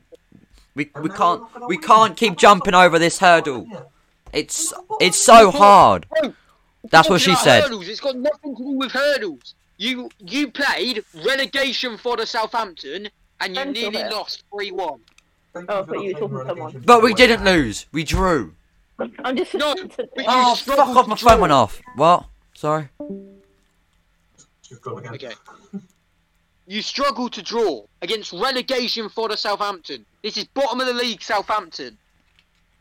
[SPEAKER 3] we,
[SPEAKER 5] And
[SPEAKER 3] we
[SPEAKER 5] now
[SPEAKER 3] can't.
[SPEAKER 5] you're not gonna
[SPEAKER 3] We
[SPEAKER 5] win.
[SPEAKER 3] can't keep jumping over this hurdle.
[SPEAKER 5] Yeah.
[SPEAKER 3] It's it's so hard.
[SPEAKER 2] Bro,
[SPEAKER 3] That's what she
[SPEAKER 2] Talking about
[SPEAKER 3] said.
[SPEAKER 2] Hurdles. It's got nothing to do with hurdles. You you played relegation for the Southampton and you
[SPEAKER 4] And
[SPEAKER 2] nearly
[SPEAKER 4] Summit.
[SPEAKER 2] lost three one.
[SPEAKER 5] Thank
[SPEAKER 4] Oh,
[SPEAKER 5] for
[SPEAKER 4] but
[SPEAKER 5] not
[SPEAKER 4] you
[SPEAKER 5] saying
[SPEAKER 4] talking to
[SPEAKER 5] relegation
[SPEAKER 4] someone.
[SPEAKER 3] But we
[SPEAKER 5] anyway.
[SPEAKER 3] didn't lose. We drew.
[SPEAKER 4] I'm just.
[SPEAKER 2] No, we-
[SPEAKER 3] Oh fuck
[SPEAKER 2] struggled
[SPEAKER 3] off!
[SPEAKER 2] to
[SPEAKER 3] My phone
[SPEAKER 2] draw.
[SPEAKER 3] went off. What? Sorry.
[SPEAKER 5] She's gone again.
[SPEAKER 2] Okay. You struggled to draw against relegation for the Southampton. This is bottom of the league Southampton.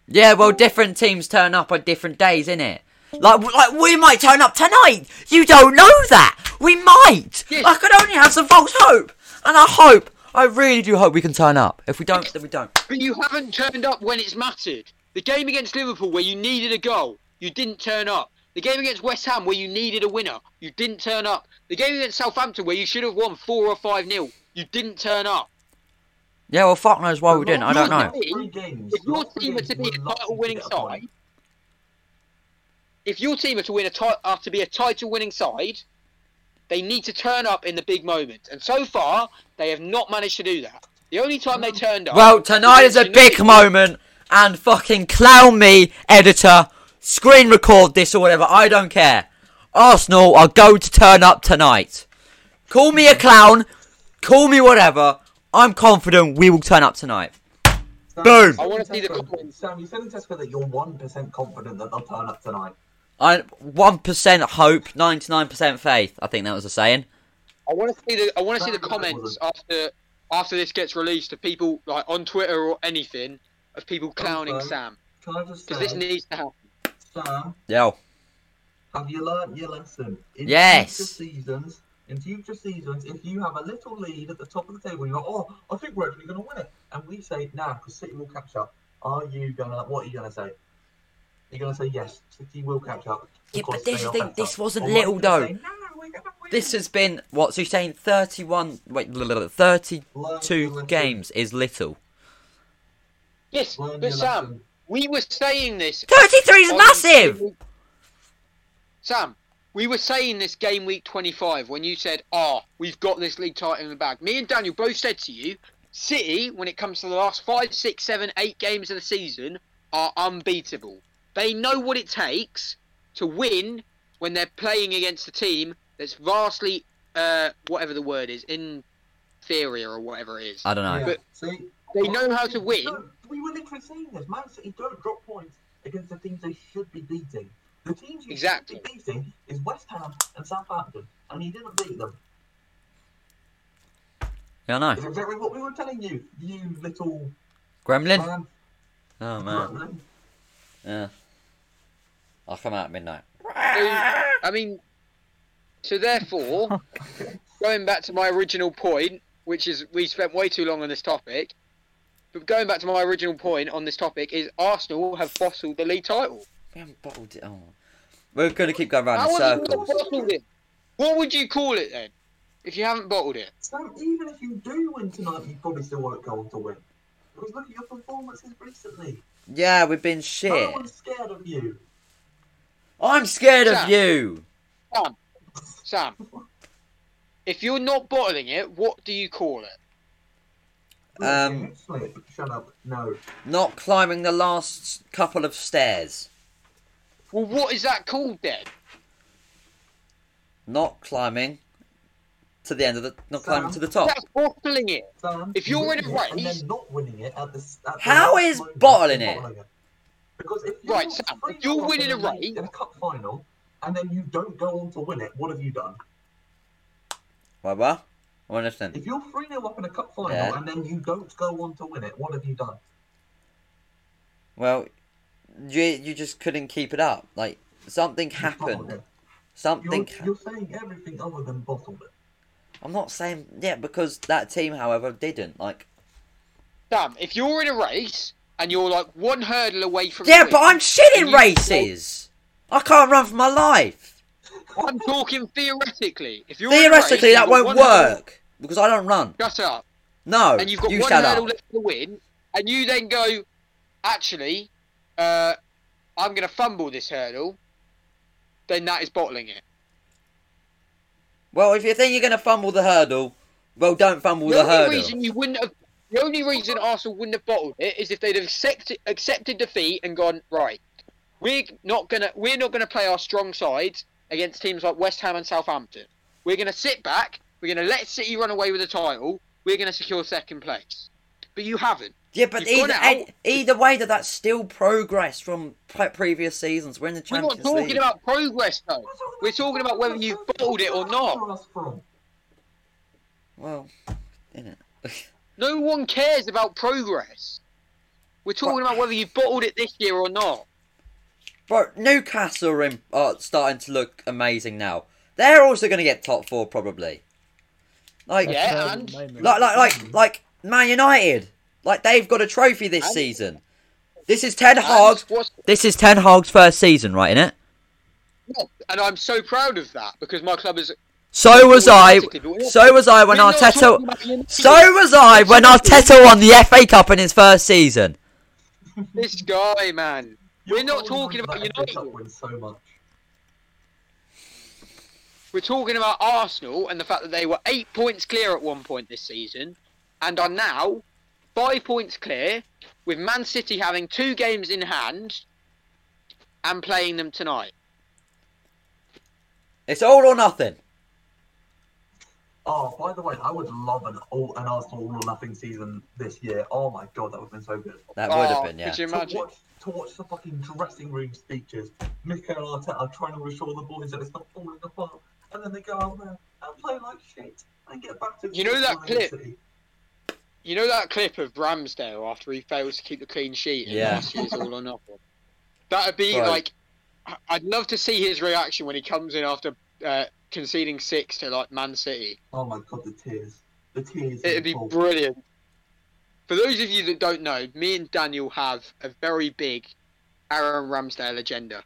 [SPEAKER 3] Yeah. Well, different teams turn up on different days, innit? Like like we might turn up tonight. You don't know that. We might.
[SPEAKER 2] Yes.
[SPEAKER 3] I could only have some false hope, and I hope. I really do hope we can turn up. If we don't, then we don't.
[SPEAKER 2] But you haven't turned up when it's mattered. The game against Liverpool where you needed a goal, you didn't turn up. The game against West Ham where you needed a winner, you didn't turn up. The game against Southampton where you should have won four or five nil, you didn't turn up.
[SPEAKER 3] Yeah. Well, fuck knows why we didn't. I don't
[SPEAKER 2] Look
[SPEAKER 3] know.
[SPEAKER 2] at me.
[SPEAKER 5] Three games.
[SPEAKER 2] If your
[SPEAKER 5] Lots of
[SPEAKER 2] team are
[SPEAKER 5] games
[SPEAKER 2] to be
[SPEAKER 5] were
[SPEAKER 2] a
[SPEAKER 5] lucky
[SPEAKER 2] title
[SPEAKER 5] to
[SPEAKER 2] winning
[SPEAKER 5] get a point.
[SPEAKER 2] side, if your team are to win a title, are to be a title winning side, they need to turn up in the big moment. And so far, they have not managed to do that. The only time they turned up.
[SPEAKER 3] Well, tonight is
[SPEAKER 2] was
[SPEAKER 3] a
[SPEAKER 2] against
[SPEAKER 3] big
[SPEAKER 2] United.
[SPEAKER 3] moment, and fucking clown me, editor. Screen record this or whatever, I don't care. Arsenal are going to turn up tonight. Call me a clown, call me whatever. I'm confident we will turn up tonight.
[SPEAKER 5] Sam,
[SPEAKER 3] Boom.
[SPEAKER 5] you said
[SPEAKER 2] I wanna
[SPEAKER 5] in
[SPEAKER 2] see the
[SPEAKER 5] Tesco-
[SPEAKER 2] comments.
[SPEAKER 5] Sam, you said in Tesco that you're one percent confident that they'll turn up tonight.
[SPEAKER 3] I 1% hope, 99% faith. I think that was a saying.
[SPEAKER 2] I want to see the I want to see the
[SPEAKER 5] That
[SPEAKER 2] comments
[SPEAKER 5] was-
[SPEAKER 2] after after this gets released of people like on Twitter or anything of people clowning
[SPEAKER 5] Okay.
[SPEAKER 2] Sam
[SPEAKER 5] Can I just say,
[SPEAKER 2] because this needs to happen.
[SPEAKER 5] Sam,
[SPEAKER 3] Yo.
[SPEAKER 5] have you learnt your lesson? In
[SPEAKER 3] Yes.
[SPEAKER 5] Future seasons, in future seasons, if you have a little lead at the top of the table, you're like, oh, I think we're actually going to win it, and we say, nah, because City will catch up. Are you gonna? What are you gonna say? You're gonna say yes, City will catch up.
[SPEAKER 3] Yeah,
[SPEAKER 5] because
[SPEAKER 3] but this
[SPEAKER 5] they
[SPEAKER 3] is
[SPEAKER 5] are
[SPEAKER 3] the thing,
[SPEAKER 5] better."
[SPEAKER 3] this wasn't
[SPEAKER 5] Or are you
[SPEAKER 3] little,
[SPEAKER 5] gonna
[SPEAKER 3] though.
[SPEAKER 5] say, "No, we gonna win.
[SPEAKER 3] This has been what's he saying? Thirty-one. Wait, l- l- l- thirty-two
[SPEAKER 5] Learn your lesson.
[SPEAKER 3] games is little.
[SPEAKER 2] Yes,
[SPEAKER 5] Learn
[SPEAKER 2] but
[SPEAKER 5] your
[SPEAKER 2] Sam,
[SPEAKER 5] lesson.
[SPEAKER 2] we were saying this.
[SPEAKER 3] Thirty-three is
[SPEAKER 2] on-
[SPEAKER 3] massive.
[SPEAKER 2] Sam, we were saying this game week 25 when you said, ah, we've got this league title in the bag. Me and Daniel both said to you, City, when it comes to the last five, six, seven, eight games of the season, are unbeatable. They know what it takes to win when they're playing against a team that's vastly, uh, whatever the word is, inferior or whatever it is.
[SPEAKER 3] I don't know.
[SPEAKER 5] Yeah,
[SPEAKER 2] But
[SPEAKER 5] see,
[SPEAKER 2] They know how to win.
[SPEAKER 5] No, we were literally saying this. Man City don't drop points against the teams they should be beating. The teams you
[SPEAKER 2] Exactly.
[SPEAKER 5] should be beating is West Ham and Southampton, and he didn't beat them.
[SPEAKER 3] Yeah, I
[SPEAKER 5] It's
[SPEAKER 3] know.
[SPEAKER 5] exactly what we were telling you, you little
[SPEAKER 3] Gremlin.
[SPEAKER 5] man.
[SPEAKER 3] Oh man. Yeah. I'll come out at midnight. Ah.
[SPEAKER 2] So, I mean, so therefore, going back to my original point, which is we spent way too long on this topic, but going back to my original point on this topic is Arsenal have bottled the league title.
[SPEAKER 3] We haven't bottled it. Oh. We're gonna keep going round in
[SPEAKER 2] How have you not
[SPEAKER 3] circles.
[SPEAKER 2] bottled it? What would you call it then, if you haven't bottled it?
[SPEAKER 5] Sam, even if you do win tonight, you probably still won't go on to win. Because look at your performances recently.
[SPEAKER 3] Yeah, we've been
[SPEAKER 5] No
[SPEAKER 3] shit.
[SPEAKER 5] one's scared of you.
[SPEAKER 3] I'm scared of
[SPEAKER 2] Sam.
[SPEAKER 3] you.
[SPEAKER 2] Sam, if you're not bottling it, what do you call it?
[SPEAKER 5] Look,
[SPEAKER 3] Um,
[SPEAKER 5] you slip. Shut up. No.
[SPEAKER 3] Not climbing the last couple of stairs.
[SPEAKER 2] Well, what is that called then?
[SPEAKER 3] Not climbing to the end of the. Not
[SPEAKER 5] Sam.
[SPEAKER 3] climbing to the top.
[SPEAKER 2] That's bottling it.
[SPEAKER 5] Sam,
[SPEAKER 2] If you're in
[SPEAKER 5] winning
[SPEAKER 2] a
[SPEAKER 5] it and
[SPEAKER 2] race-
[SPEAKER 5] then not winning it at the, s- at the
[SPEAKER 3] How
[SPEAKER 5] last
[SPEAKER 3] is
[SPEAKER 5] moment,
[SPEAKER 3] bottling it?
[SPEAKER 5] Because if you're
[SPEAKER 2] Right, Sam, if you're
[SPEAKER 5] 3-0 up
[SPEAKER 2] winning
[SPEAKER 5] in
[SPEAKER 2] a
[SPEAKER 5] league-
[SPEAKER 2] race-
[SPEAKER 5] in a cup final, and then you don't go on to win it, what have you done?
[SPEAKER 3] Wait, what? I don't understand.
[SPEAKER 5] If you're three 0 up in a cup final
[SPEAKER 3] Yeah.
[SPEAKER 5] and then you don't go on to win it, what have you done?
[SPEAKER 3] Well, you you just couldn't keep it up. Like something
[SPEAKER 5] You bottled
[SPEAKER 3] happened.
[SPEAKER 5] it. You're,
[SPEAKER 3] Something. ha-
[SPEAKER 5] you're saying everything other than bottled it.
[SPEAKER 3] I'm not saying yeah because that team, however, didn't like.
[SPEAKER 2] Sam, if you're in a race and you're like one hurdle away from
[SPEAKER 3] Yeah,
[SPEAKER 2] the
[SPEAKER 3] but
[SPEAKER 2] win,
[SPEAKER 3] I'm shit in
[SPEAKER 2] you-
[SPEAKER 3] races. I can't run for my life.
[SPEAKER 2] I'm talking theoretically. If you're in a race,
[SPEAKER 3] Theoretically,
[SPEAKER 2] you've
[SPEAKER 3] that
[SPEAKER 2] got
[SPEAKER 3] won't
[SPEAKER 2] one hurdle-
[SPEAKER 3] work because I don't run.
[SPEAKER 2] Shut up.
[SPEAKER 3] No,
[SPEAKER 2] And you've got
[SPEAKER 3] you
[SPEAKER 2] one
[SPEAKER 3] shut
[SPEAKER 2] hurdle
[SPEAKER 3] up.
[SPEAKER 2] left to win, and you then go, actually, uh, I'm going to fumble this hurdle. Then that is bottling it.
[SPEAKER 3] Well, if you think you're gonna fumble the hurdle, well, don't fumble
[SPEAKER 2] the
[SPEAKER 3] the
[SPEAKER 2] only
[SPEAKER 3] hurdle.
[SPEAKER 2] reason you wouldn't have, the only reason Arsenal wouldn't have bottled it is if they'd have accepted, accepted defeat and gone right. We're not gonna, we're not gonna play our strong sides against teams like West Ham and Southampton. We're gonna sit back. We're gonna let City run away with the title. We're gonna secure second place. But you haven't.
[SPEAKER 3] Yeah, but
[SPEAKER 2] You've gone
[SPEAKER 3] either
[SPEAKER 2] out.
[SPEAKER 3] e- either way, that that's still progress from pre- previous seasons. We're in the
[SPEAKER 2] We're not
[SPEAKER 3] Champions
[SPEAKER 2] talking
[SPEAKER 3] League.
[SPEAKER 2] about progress though. We're talking about whether you've bottled it or not.
[SPEAKER 3] Well, in it.
[SPEAKER 2] No one cares about progress. We're talking about whether you've bottled it this year or not.
[SPEAKER 3] But Newcastle are, in, are starting to look amazing now. They're also going to get top four probably. Like,
[SPEAKER 2] Yeah,
[SPEAKER 1] That's
[SPEAKER 2] and-
[SPEAKER 1] very moment.
[SPEAKER 3] like, like, like, like Man United. Like they've got a trophy this
[SPEAKER 2] And-
[SPEAKER 3] season. This is Ten
[SPEAKER 2] And
[SPEAKER 3] Hag's.
[SPEAKER 2] what's
[SPEAKER 3] This is Ten Hag's first season, right? In it.
[SPEAKER 2] and I'm so proud of that because my club is.
[SPEAKER 3] So was I. So was I when
[SPEAKER 2] We're not talking
[SPEAKER 3] Arteta.
[SPEAKER 2] about United.
[SPEAKER 3] So was I when Arteta won the FA Cup in his first season.
[SPEAKER 2] this guy, man. We're not talking about United.
[SPEAKER 5] Win so much.
[SPEAKER 2] We're talking about Arsenal and the fact that they were eight points clear at one point this season, and are now five points clear, with Man City having two games in hand, and playing them tonight.
[SPEAKER 3] It's all or nothing.
[SPEAKER 5] Oh, by the way, I would love an all an Arsenal all or nothing season this year. Oh my god, that would have been so good.
[SPEAKER 3] That would
[SPEAKER 2] Oh,
[SPEAKER 3] have been yeah.
[SPEAKER 2] Could you
[SPEAKER 5] To
[SPEAKER 2] imagine?
[SPEAKER 5] watch, to watch the fucking dressing room speeches, Mikel Arteta trying to reassure the boys that it's not falling apart, and then they go out there and play like shit and get back to.
[SPEAKER 2] You know that
[SPEAKER 5] Man
[SPEAKER 2] clip?
[SPEAKER 5] City.
[SPEAKER 2] You know that clip of Ramsdale after he fails to keep the clean sheet in
[SPEAKER 3] Yeah.
[SPEAKER 2] last year's All or Nothing? That'd be
[SPEAKER 3] Right.
[SPEAKER 2] like, I- I'd love to see his reaction when he comes in after uh, conceding six to like Man City.
[SPEAKER 5] Oh my god, the tears, the tears.
[SPEAKER 2] It'd be
[SPEAKER 5] Oh,
[SPEAKER 2] brilliant. For those of you that don't know, me and Daniel have a very big Aaron Ramsdale agenda.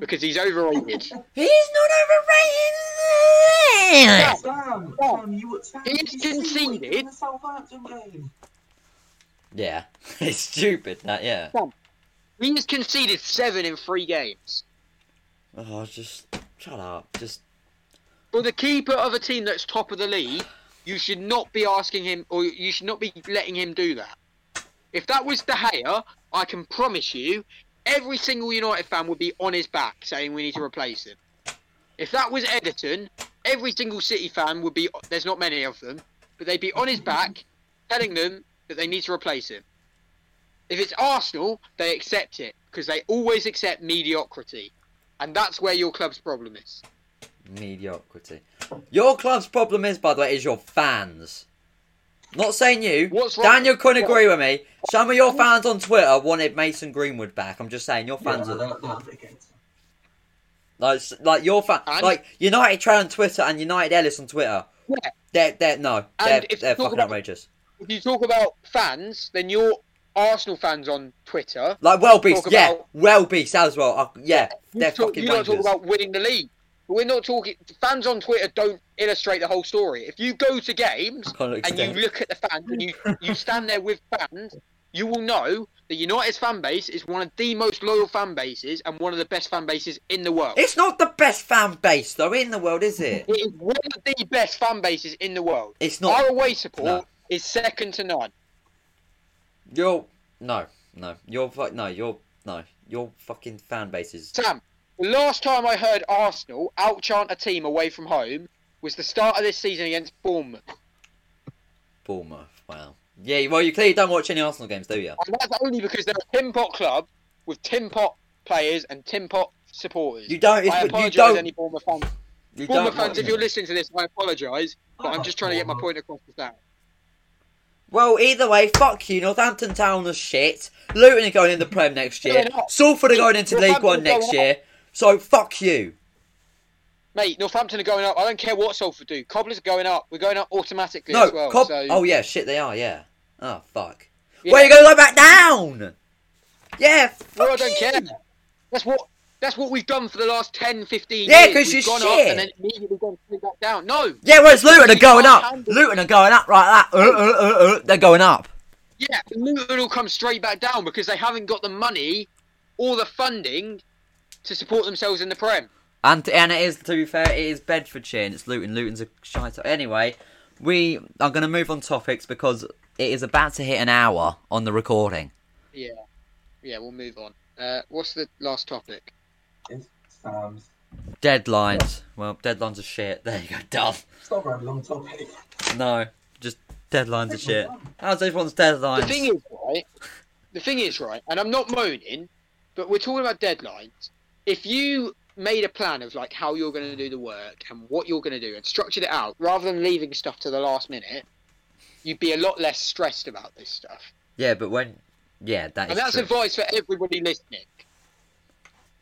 [SPEAKER 2] because he's overrated.
[SPEAKER 3] He's not overrated.
[SPEAKER 5] Sam, Sam, you were Sam,
[SPEAKER 2] He
[SPEAKER 5] did you see what he did
[SPEAKER 2] conceded.
[SPEAKER 5] in the Southampton game.
[SPEAKER 3] Yeah, it's stupid. That yeah.
[SPEAKER 2] He's conceded seven in three games.
[SPEAKER 3] Oh, just shut up. Just
[SPEAKER 2] For the keeper of a team that's top of the league, you should not be asking him, or you should not be letting him do that. If that was De Gea, I can promise you, every single United fan would be on his back saying we need to replace him. If that was Edison, every single City fan would be. There's not many of them, but they'd be on his back, telling them that they need to replace him. If it's Arsenal, they accept it because they always accept mediocrity, and that's where your club's problem is.
[SPEAKER 3] mediocrity. Your club's problem is, by the way, is your fans. Not saying you.
[SPEAKER 2] What's wrong-
[SPEAKER 3] Daniel couldn't agree with me. Some of your fans on Twitter wanted Mason Greenwood back. I'm just saying your fans
[SPEAKER 5] yeah,
[SPEAKER 3] are
[SPEAKER 5] that, that was against.
[SPEAKER 3] like s- like your fan
[SPEAKER 2] And-
[SPEAKER 3] like United Trade on Twitter and United Ellis on Twitter.
[SPEAKER 2] Yeah.
[SPEAKER 3] They're they're no they're,
[SPEAKER 2] And if
[SPEAKER 3] they're
[SPEAKER 2] you talk
[SPEAKER 3] fucking
[SPEAKER 2] about-
[SPEAKER 3] outrageous.
[SPEAKER 2] if you talk about fans, then you're Arsenal fans on Twitter.
[SPEAKER 3] Like well beast,
[SPEAKER 2] talk
[SPEAKER 3] yeah,
[SPEAKER 2] about-
[SPEAKER 3] well beast as well. Uh, yeah,
[SPEAKER 2] You
[SPEAKER 3] they're
[SPEAKER 2] talk-
[SPEAKER 3] fucking
[SPEAKER 2] you don't talk
[SPEAKER 3] rangers.
[SPEAKER 2] about winning the league. But we're not talking. Fans on Twitter don't illustrate the whole story. If you go to games
[SPEAKER 3] Can't look
[SPEAKER 2] and you
[SPEAKER 3] today.
[SPEAKER 2] look at the fans and you, you stand there with fans, you will know that United's fan base is one of the most loyal fan bases and one of the best fan bases in the world.
[SPEAKER 3] It's not the best fan base though in the world, is it?
[SPEAKER 2] It is one of the best fan bases in the world.
[SPEAKER 3] It's not.
[SPEAKER 2] Our away support
[SPEAKER 3] No.
[SPEAKER 2] is second to none.
[SPEAKER 3] Your no, no, your fu- no, your no, your fucking fan base is
[SPEAKER 2] Sam, the last time I heard Arsenal outchant a team away from home was the start of this season against Bournemouth.
[SPEAKER 3] Bournemouth. Wow. Yeah, well, you clearly don't watch any Arsenal games, do you?
[SPEAKER 2] And that's only because they're a Tim Pot club with Tim Pot players and Tim Pot supporters.
[SPEAKER 3] You don't.
[SPEAKER 2] I
[SPEAKER 3] It's, you
[SPEAKER 2] apologise,
[SPEAKER 3] don't.
[SPEAKER 2] any Bournemouth fans.
[SPEAKER 3] you don't
[SPEAKER 2] Bournemouth
[SPEAKER 3] watch
[SPEAKER 2] fans, if
[SPEAKER 3] it.
[SPEAKER 2] you're listening to this, I apologise, but I'm just trying to get
[SPEAKER 3] Oh.
[SPEAKER 2] my point across with that.
[SPEAKER 3] Well, either way, fuck you. Northampton Town are shit. Luton are going in the Prem next year.
[SPEAKER 2] They're not.
[SPEAKER 3] Salford are going into League
[SPEAKER 2] Northampton
[SPEAKER 3] One
[SPEAKER 2] are
[SPEAKER 3] next
[SPEAKER 2] going
[SPEAKER 3] year. So fuck you.
[SPEAKER 2] Mate, Northampton are going up. I don't care what Salford do. Cobblers are going up. We're going up automatically
[SPEAKER 3] No,
[SPEAKER 2] as well.
[SPEAKER 3] Cob-
[SPEAKER 2] so,
[SPEAKER 3] oh yeah, shit, they are. Yeah. Oh fuck.
[SPEAKER 2] yeah.
[SPEAKER 3] Well, you're gonna go back down. Yeah. Fuck
[SPEAKER 2] Well, I don't
[SPEAKER 3] you.
[SPEAKER 2] care. That's what that's what we've done for the last 10, 15
[SPEAKER 3] Yeah,
[SPEAKER 2] years.
[SPEAKER 3] 'cause
[SPEAKER 2] We've
[SPEAKER 3] you're
[SPEAKER 2] gone up
[SPEAKER 3] shit.
[SPEAKER 2] and then immediately gone straight back down. No,
[SPEAKER 3] Yeah, whereas Luton are
[SPEAKER 2] You
[SPEAKER 3] going
[SPEAKER 2] can't
[SPEAKER 3] up.
[SPEAKER 2] handle-
[SPEAKER 3] Luton are going up like that. Uh, uh, uh, uh, they're going up.
[SPEAKER 2] Yeah, Luton will come straight back down because they haven't got the money or the funding to support themselves in the Prem.
[SPEAKER 3] And and it is to be fair, it is Bedfordshire and it's Luton. Luton's a shite. Anyway, we are going to move on topics because it is about to hit an hour on the recording.
[SPEAKER 2] Yeah, yeah, we'll move on. Uh, what's the last topic?
[SPEAKER 5] It's Sam's.
[SPEAKER 3] Deadlines. Well, deadlines are shit. There you go. Done.
[SPEAKER 5] It's not a very long topic.
[SPEAKER 3] No, just deadlines are shit. How's everyone's deadlines?
[SPEAKER 2] The thing is, right? The thing is, right? And I'm not moaning, but we're talking about deadlines. If you made a plan of like how you're going to do the work and what you're going to do and structured it out rather than leaving stuff to the last minute, you'd be a lot less stressed about this stuff.
[SPEAKER 3] yeah, but when yeah, that is
[SPEAKER 2] and that's
[SPEAKER 3] true.
[SPEAKER 2] advice for everybody listening.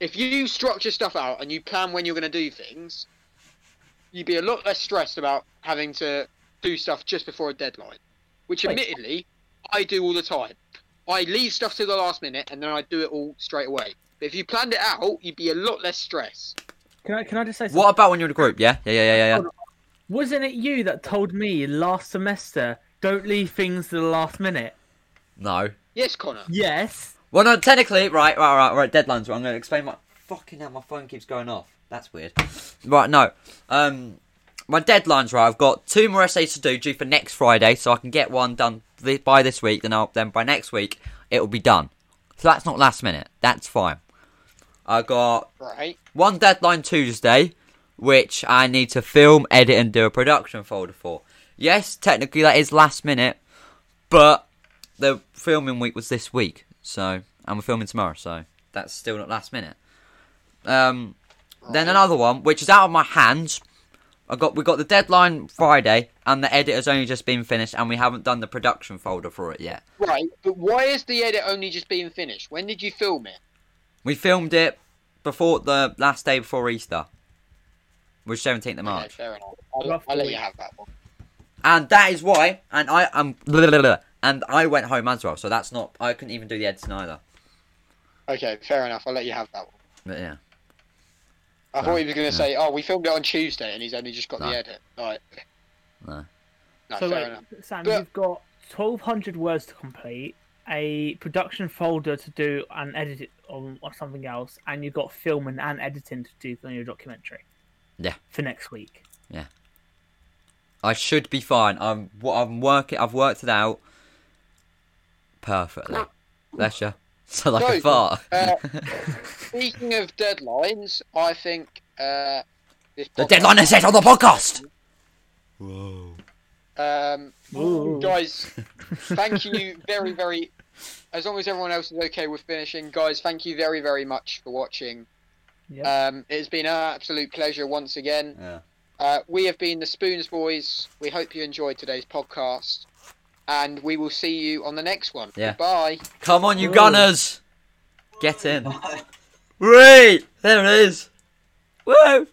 [SPEAKER 2] If you structure stuff out and you plan when you're going to do things, you'd be a lot less stressed about having to do stuff just before a deadline, which admittedly I do all the time. I leave stuff to the last minute and then I do it all straight away. But if you planned it out, you'd be a lot less stressed.
[SPEAKER 6] Can I can I just say something?
[SPEAKER 3] What about when you're in a group? Yeah, yeah, yeah, yeah, yeah. yeah.
[SPEAKER 6] Wasn't it you that told me last semester don't leave things to the last minute?
[SPEAKER 3] No.
[SPEAKER 2] Yes, Connor.
[SPEAKER 6] Yes.
[SPEAKER 3] Well, no. Technically, right, right, right, right. Deadlines. Right, I'm going to explain my fucking hell. My phone keeps going off. That's weird. Right, no. Um, my deadlines. Right, I've got two more essays to do due for next Friday, so I can get one done thi- by this week. Then, I'll, then by next week, it'll be done. So that's not last minute. That's fine. I got
[SPEAKER 2] Right?
[SPEAKER 3] one deadline Tuesday, which I need to film, edit, and do a production folder for. Yes, technically that is last minute, but the filming week was this week, so and we're filming tomorrow, so that's still not last minute. Um, then another one, which is out of my hands. I got we got the deadline Friday, and the edit has only just been finished, and we haven't done the production folder for it yet.
[SPEAKER 2] Right. But why is the edit only just being finished? When did you film it?
[SPEAKER 3] We filmed it before the last day before Easter, which seventeenth of
[SPEAKER 2] Okay,
[SPEAKER 3] March.
[SPEAKER 2] fair enough. I'll,
[SPEAKER 6] Rough
[SPEAKER 2] I'll let
[SPEAKER 6] week.
[SPEAKER 2] you have that one.
[SPEAKER 3] and that is why. And I um, am and I went home as well, so that's not. I couldn't even do the editing either.
[SPEAKER 2] Okay, fair enough. I'll let you have that one.
[SPEAKER 3] But yeah,
[SPEAKER 2] I thought he was going
[SPEAKER 3] Yeah.
[SPEAKER 2] to say, "Oh, we filmed it on Tuesday, and he's only just got
[SPEAKER 3] No.
[SPEAKER 2] the edit." All right.
[SPEAKER 3] No.
[SPEAKER 2] No,
[SPEAKER 1] so
[SPEAKER 2] fair
[SPEAKER 1] wait,
[SPEAKER 2] enough.
[SPEAKER 1] Sam,
[SPEAKER 2] But-
[SPEAKER 1] you've got twelve hundred words to complete, a production folder to do and edit it on, on something else, and you've got filming and editing to do on your documentary.
[SPEAKER 3] Yeah.
[SPEAKER 1] For next week.
[SPEAKER 3] I should be fine. I'm what I'm working. I've worked it out perfectly. Bless you. So like a
[SPEAKER 2] So,
[SPEAKER 3] fart.
[SPEAKER 2] uh, Speaking of deadlines, I think uh, this
[SPEAKER 3] the
[SPEAKER 2] podcast-
[SPEAKER 3] deadline is set on the podcast. Whoa.
[SPEAKER 2] Um, guys, thank you very, very. As long as everyone else is okay with finishing, guys, thank you very, very much for watching.
[SPEAKER 1] Yeah.
[SPEAKER 2] Um, it has been an absolute pleasure once again.
[SPEAKER 3] Yeah.
[SPEAKER 2] Uh, we have been the Spoons Boys. We hope you enjoyed today's podcast, and we will see you on the next one.
[SPEAKER 3] Yeah.
[SPEAKER 2] Bye.
[SPEAKER 3] Come on, you
[SPEAKER 1] Whoa.
[SPEAKER 5] Oh.
[SPEAKER 3] gunners. Get in. Wait, there it is. Whoa.